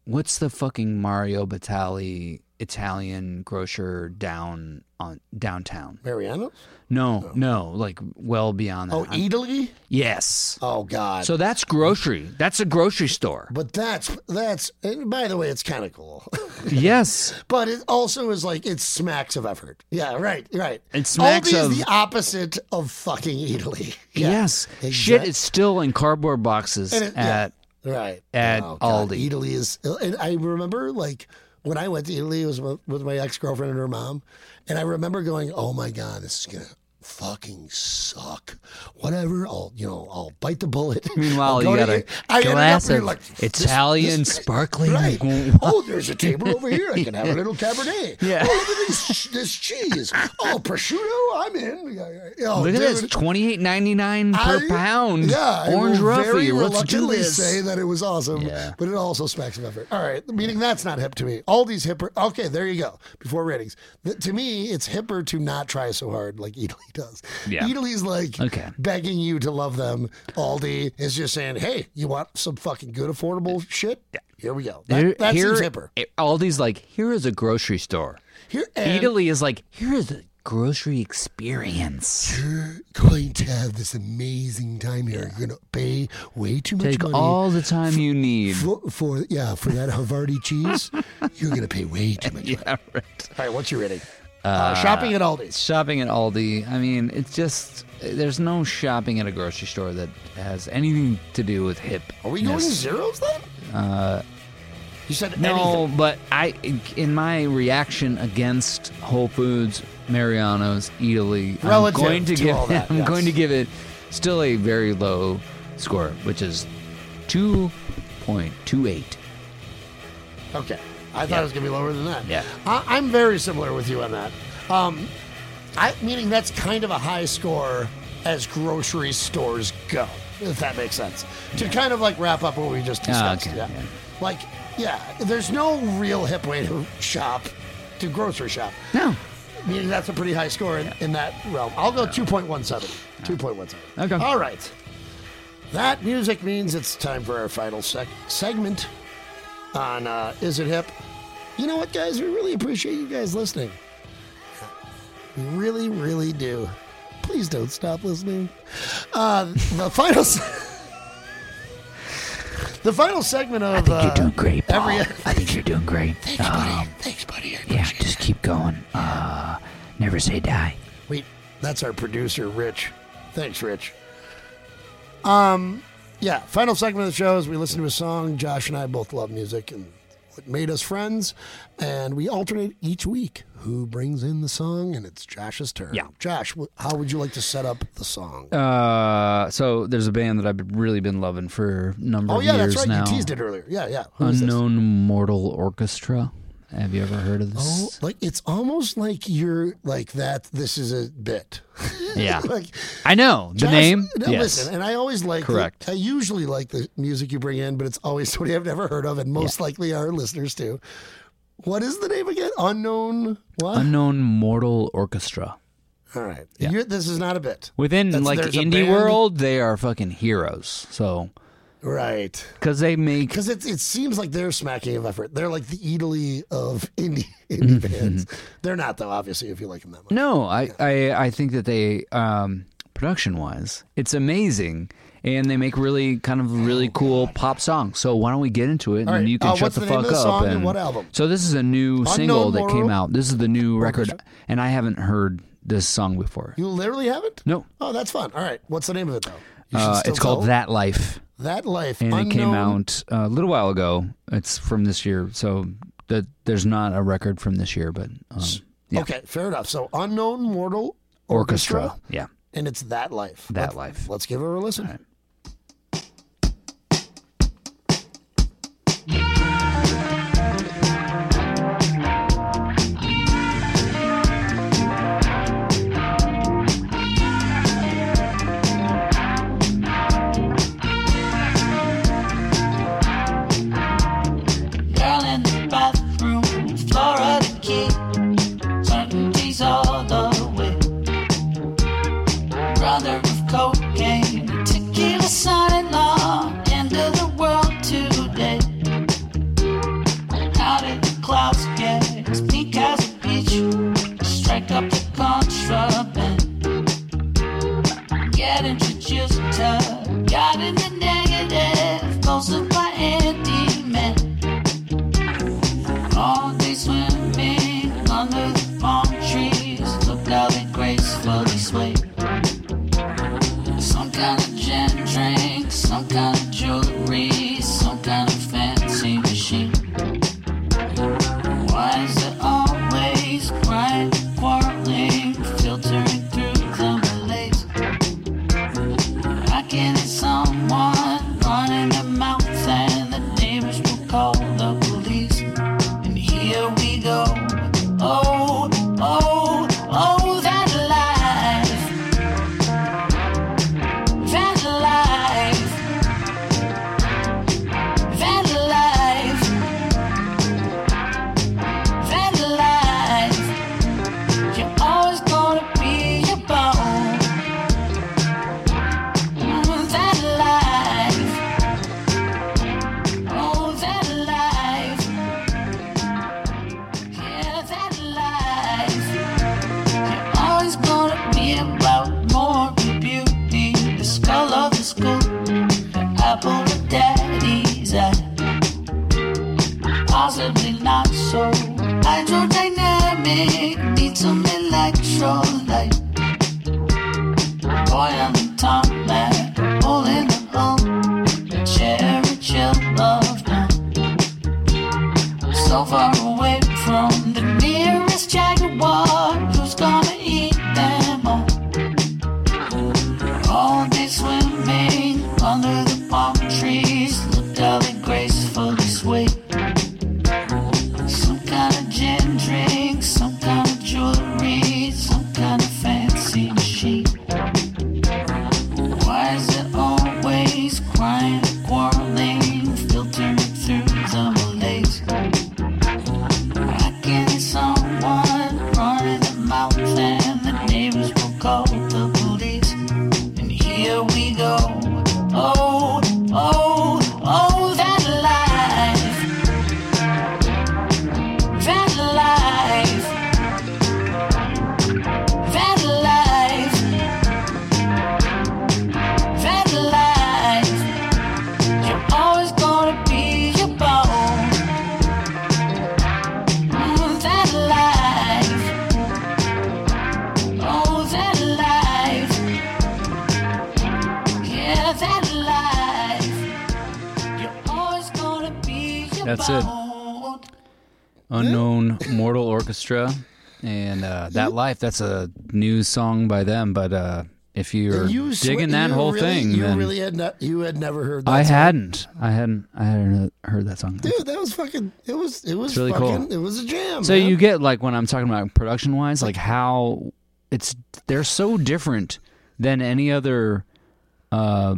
C: what's the fucking Mario Batali Italian grocer down on downtown?
B: Mariano?
C: Uh-huh. No, no, like well beyond that.
B: Oh,
C: I'm-
B: Italy?
C: yes.
B: Oh God.
C: So that's grocery. That's a grocery store.
B: but that's that's and by the way, it's kind of cool.
C: yes.
B: but it also is like it smacks of effort. Yeah, right, right.
C: It smacks
B: Aldi
C: of-
B: is the opposite of fucking Italy. Yeah,
C: yes. Shit
B: exact-
C: is still in cardboard boxes
B: And it- yeah.
C: at
B: Right. Oh,
C: at
B: God,
C: Aldi.
B: Italy is, and I remember like when I went to Italy, it was with with my ex girlfriend and her mom, and I remember going, "Oh my god, this is gonna fucking suck. Whatever, I'll you know I'll bite the bullet.
C: Meanwhile,
B: I'll
C: you
B: go to
C: got a
B: you- I ended up
C: glass
B: here
C: of
B: like, this-
C: Italian
B: this-
C: sparkling.
B: Right.
C: wine.
B: Oh, there's a table over here. I can have a little cabernet.
C: Yeah.
B: Oh, look at this, this cheese. Oh, prosciutto. I'm in. Yeah, yeah. Oh,
C: Look at this,
B: dude,
C: twenty eight ninety nine per
B: I-
C: pound.
B: Yeah, I
C: orange
B: will
C: roughy.
B: Very
C: Let's do
B: reluctantly
C: this.
B: say that it was awesome,
C: Yeah.
B: but it also smacks of effort. All right, meaning that's not hip to me. All these hipper. Okay, there you go. Before ratings, Th- to me, it's hipper to not try so hard like Italy does.
C: Yeah.
B: Italy's like
C: Okay.
B: begging you to love them. Aldi is just saying, "Hey, you want some fucking good, affordable shit? Here we go." That,
C: Here-
B: that
C: here,
B: seems hipper.
C: it- Aldi's like, here is a grocery store.
B: Here, and
C: Italy is like, here is a grocery experience.
B: you're going to have this amazing time here. You're gonna pay way too much
C: Take
B: money.
C: all the time you need.
B: for, for yeah, for that Havarti cheese, you're gonna pay way too much.
C: Yeah, right.
B: All right, what's your rating? Uh, shopping at Aldi's.
C: Shopping at Aldi, I mean, it's just eh, there's no shopping at a grocery store that has anything to do with hip.
B: Are we going to zeros then? Uh, you said
C: No,
B: anything.
C: but I, in my reaction against Whole Foods, Mariano's, Italy,
B: Relative
C: I'm going to,
B: to
C: give,
B: all that,
C: I'm
B: yes.
C: going to give it still a very low score, which is two point two eight.
B: Okay, I thought it was gonna be lower than that.
C: Yeah.
B: I, I'm very similar with you on that. Um, I meaning that's kind of a high score as grocery stores go, if that makes sense. To kind of like wrap up what we just discussed.
C: okay,
B: Ah, yeah.
C: yeah.
B: Like, yeah, there's no real hip way to shop, to grocery shop.
C: No,
B: meaning that's a pretty high score in, in that realm. I'll go 2.17. 2.17.
C: Okay.
B: All right. That music means it's time for our final sec- segment on uh, Is It Hip? You know what, guys? We really appreciate you guys listening. We really, really do. Please don't stop listening. Uh, the final. Se- the final segment of.
G: I think you're
B: uh,
G: doing great, Paul.
B: every-
G: I think you're doing great.
B: Thanks,
C: Uh,
B: buddy. Thanks, buddy.
G: Yeah,
B: I appreciate it.
G: just keep going. Uh, never say die.
B: Wait, that's our producer, Rich. Thanks, Rich. Um, yeah, final segment of the show is we listen to a song. Josh and I both love music and what made us friends, and we alternate each week who brings in the song, and it's Josh's turn.
C: Yeah.
B: Josh, wh- how would you like to set up the song?
C: uh, so there's a band that I've really been loving for a number
B: oh
C: of
B: yeah,
C: years
B: that's right.
C: now.
B: You teased it earlier. Yeah, yeah. Who is this?
C: Unknown Mortal Orchestra. Have you ever heard of
B: Oh,
C: this?
B: like it's almost like you're like that. This is a bit.
C: Yeah.
B: like
C: I know the
B: Josh,
C: name.
B: no,
C: yes.
B: Listen, and I always like. the-
C: Correct.
B: I usually like the music you bring in, but it's always somebody I've never heard of, and most likely our listeners too. What is the name again? Unknown. What?
C: Unknown Mortal Orchestra.
B: All right. You're, this is not a bit.
C: Within
B: That's-
C: like
B: there's a
C: indie
B: band-
C: world, they are fucking heroes. So
B: Right.
C: because they make
B: Because it, it seems like they're smacking of effort. They're like the Italy of indie, indie bands. They're not though, obviously, if you like them that much.
C: Mm-hmm. no, I I, I think that they um, production wise, it's amazing, and they make really kind of really cool pop songs. So why don't we get into it and
B: Oh, right.
C: you can
B: Uh,
C: shut
B: what's
C: the,
B: the name
C: fuck
B: of the
C: up?
B: song and
C: and
B: what album?
C: So this is a new single that
B: Moral
C: came out. This is the new record, and I haven't heard this song before.
B: You literally haven't?
C: No.
B: Oh, that's fun. All right. What's the name of it though? You should
C: Uh,
B: still
C: it's called
B: tell.
C: That Life.
B: That Life.
C: and it came
B: Unknown-
C: out uh, a little while ago. It's from this year, so that there's not a record from this year, but um, yeah,
B: Okay, fair enough. So Unknown Mortal
C: orchestra. yeah,
B: and it's that life.
C: That
B: Let's-
C: Life.
B: Let's give her a listen.
H: Girl in the bathroom, Florida key. Certainty's all the way. Brother of cocaine, tiki Oh, at. Possibly not so. Hydrodynamic needs some electrolyte. Boy, I'm a top man, pulling the home. Share a chill love now. So far away from the nearest jaguar who's gonna eat them all. All day swimming under the palm trees, look how they gracefully sway. Some kind of gin drink, some kind of jewelry, some kind of fancy machine. Why is it always crying, quarreling, filtering through the malaise? I can hear someone running the mouth, and the neighbors will call the police. And here we go. Oh, oh, oh, that life. That life. That life. That life. You're always gonna be your bone. Mm, that life. Oh, that life. Yeah, that life. You're always gonna be your
C: That's it.
H: bone.
C: Unknown Mortal Orchestra, and uh, that life. That's a new song by them. But uh, if you're
B: And you sw-
C: digging that
B: you
C: whole
B: really-
C: thing,
B: You
C: then
B: really had not. You had never heard. that
C: I
B: song.
C: hadn't, I hadn't, I hadn't heard that song.
B: Dude, that was fucking. It was. It was
C: really cool.
B: fucking. It was a jam.
C: So
B: man.
C: you get like when I'm talking about production wise, like how it's they're so different than any other uh,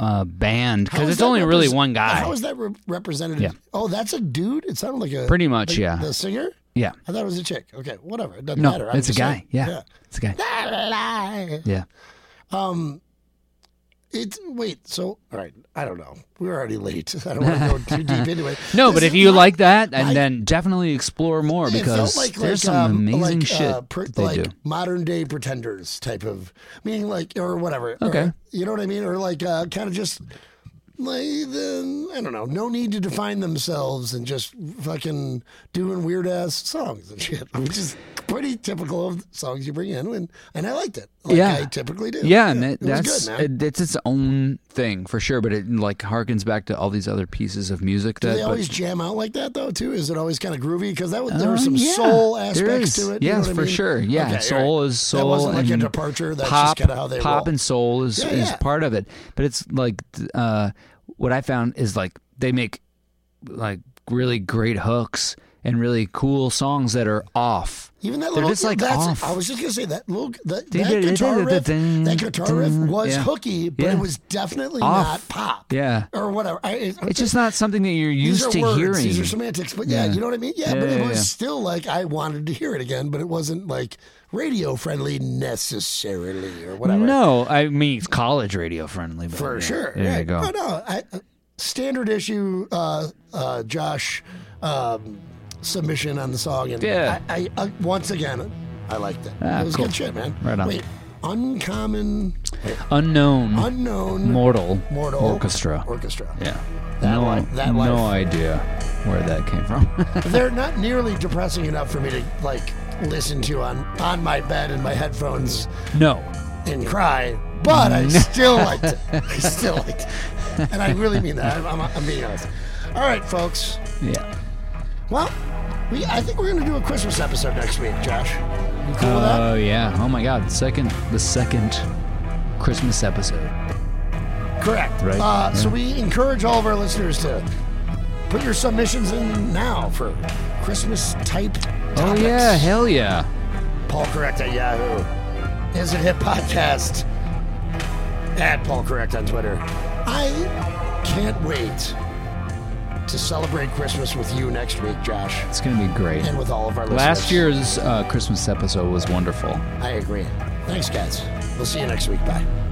C: uh, band
B: How
C: because
B: is
C: it's
B: that
C: only really
B: repres-
C: one guy.
B: How is that re- representative?
C: Yeah.
B: Oh, that's a dude. It sounded like a
C: Pretty much,
B: like
C: yeah.
B: The singer.
C: Yeah,
B: I thought it was a chick. Okay, whatever. It doesn't
C: no,
B: matter. I'm
C: it's a
B: just
C: guy.
B: saying.
C: yeah. it's a guy.
B: yeah.
C: Yeah,
B: Um, It's wait. So all right. I don't know. We're already late. I don't want to go too deep anyway.
C: no,
B: This
C: but if
B: is
C: you
B: not-
C: like that, and
B: like-
C: then definitely explore more
B: it felt
C: because
B: like,
C: there's
B: like,
C: some
B: um,
C: amazing
B: like,
C: shit
B: uh, pr-
C: that they
B: like
C: do.
B: modern day pretenders type of meaning, like or whatever. or-
C: Okay.
B: you know what I mean, or like uh, kind of just like the I don't know, no need to define themselves and just fucking doing weird ass songs and shit, which is pretty typical of songs you bring in, and and I liked it. Like
C: Yeah.
B: I typically do.
C: Yeah, and that,
B: it was
C: that's
B: good, man.
C: it, it's its own thing for sure, but it like harkens back to all these other pieces of music
B: do
C: that.
B: they
C: but-
B: always jam out like that though too? Is it always kind of groovy? Because that was, there
C: Uh,
B: were some
C: yeah,
B: soul
C: there
B: aspects
C: is.
B: to it. you know
C: Yes,
B: what I
C: for
B: mean?
C: sure. Yeah,
B: Okay, all
C: soul
B: right.
C: is
B: That
C: soul.
B: wasn't like a
C: and
B: departure. That's
C: pop,
B: just kind of how they
C: pop
B: roll.
C: and soul is
B: Yeah,
C: is
B: yeah.
C: part of it. But it's like uh, what I found is like they make like really great hooks and really cool songs that are off.
B: Even that
C: They're
B: little,
C: just, like,
B: that's,
C: off.
B: I was just gonna say that little that,
C: Dun,
B: that
C: dun,
B: guitar
C: dun,
B: riff,
C: dun,
B: that guitar
C: dun,
B: riff
C: dun.
B: was
C: Yeah.
B: hooky, but
C: Yeah.
B: it was definitely
C: Off.
B: not pop.
C: Yeah.
B: or whatever. I, it-
C: It's just not something that you're
B: these
C: used
B: are
C: to
B: words,
C: hearing.
B: These are semantics, but yeah,
C: Yeah.
B: you know what I mean. Yeah,
C: Yeah,
B: but it
C: yeah,
B: was
C: yeah.
B: still like I wanted to hear it again, but it wasn't like radio friendly necessarily or whatever.
C: No, I mean it's college radio friendly. But
B: for
C: yeah,
B: sure.
C: There
B: yeah.
C: you go.
B: No, no, I, uh, standard issue, uh, uh, Josh, um, submission on the song, and
C: Yeah.
B: I, I, I once again, I liked it.
C: Ah,
B: it was
C: cool.
B: good shit, man.
C: Right on.
B: Wait, uncommon,
C: Unknown
B: unknown,
C: mortal,
B: mortal
C: orchestra.
B: Orchestra.
C: yeah.
B: That
C: no,
B: life- that
C: no
B: life.
C: idea where that came from.
B: They're not nearly depressing enough for me to like listen to on on my bed in my headphones
C: no,
B: and cry, but I still liked it. I still liked it, and I really mean that. I'm, I'm, I'm being honest. All right, folks.
C: yeah.
B: Well, we, I think we're going to do a Christmas episode next week, Josh. You cool with that?
C: Oh yeah. Oh my God. Second, the second Christmas episode.
B: Correct.
C: right,
B: Uh, So
C: yeah.
B: we encourage all of our listeners to put your submissions in now for Christmas type topics.
C: Oh yeah. Hell yeah.
B: Paul Correct at Yahoo. Is it Hit Podcast? At Paul Correct on Twitter. I can't wait to celebrate Christmas with you next week, Josh,
C: It's gonna be great.
B: and with all of our listeners.
C: Last year's uh, Christmas episode was wonderful.
B: I agree. Thanks, guys. We'll see you next week. Bye.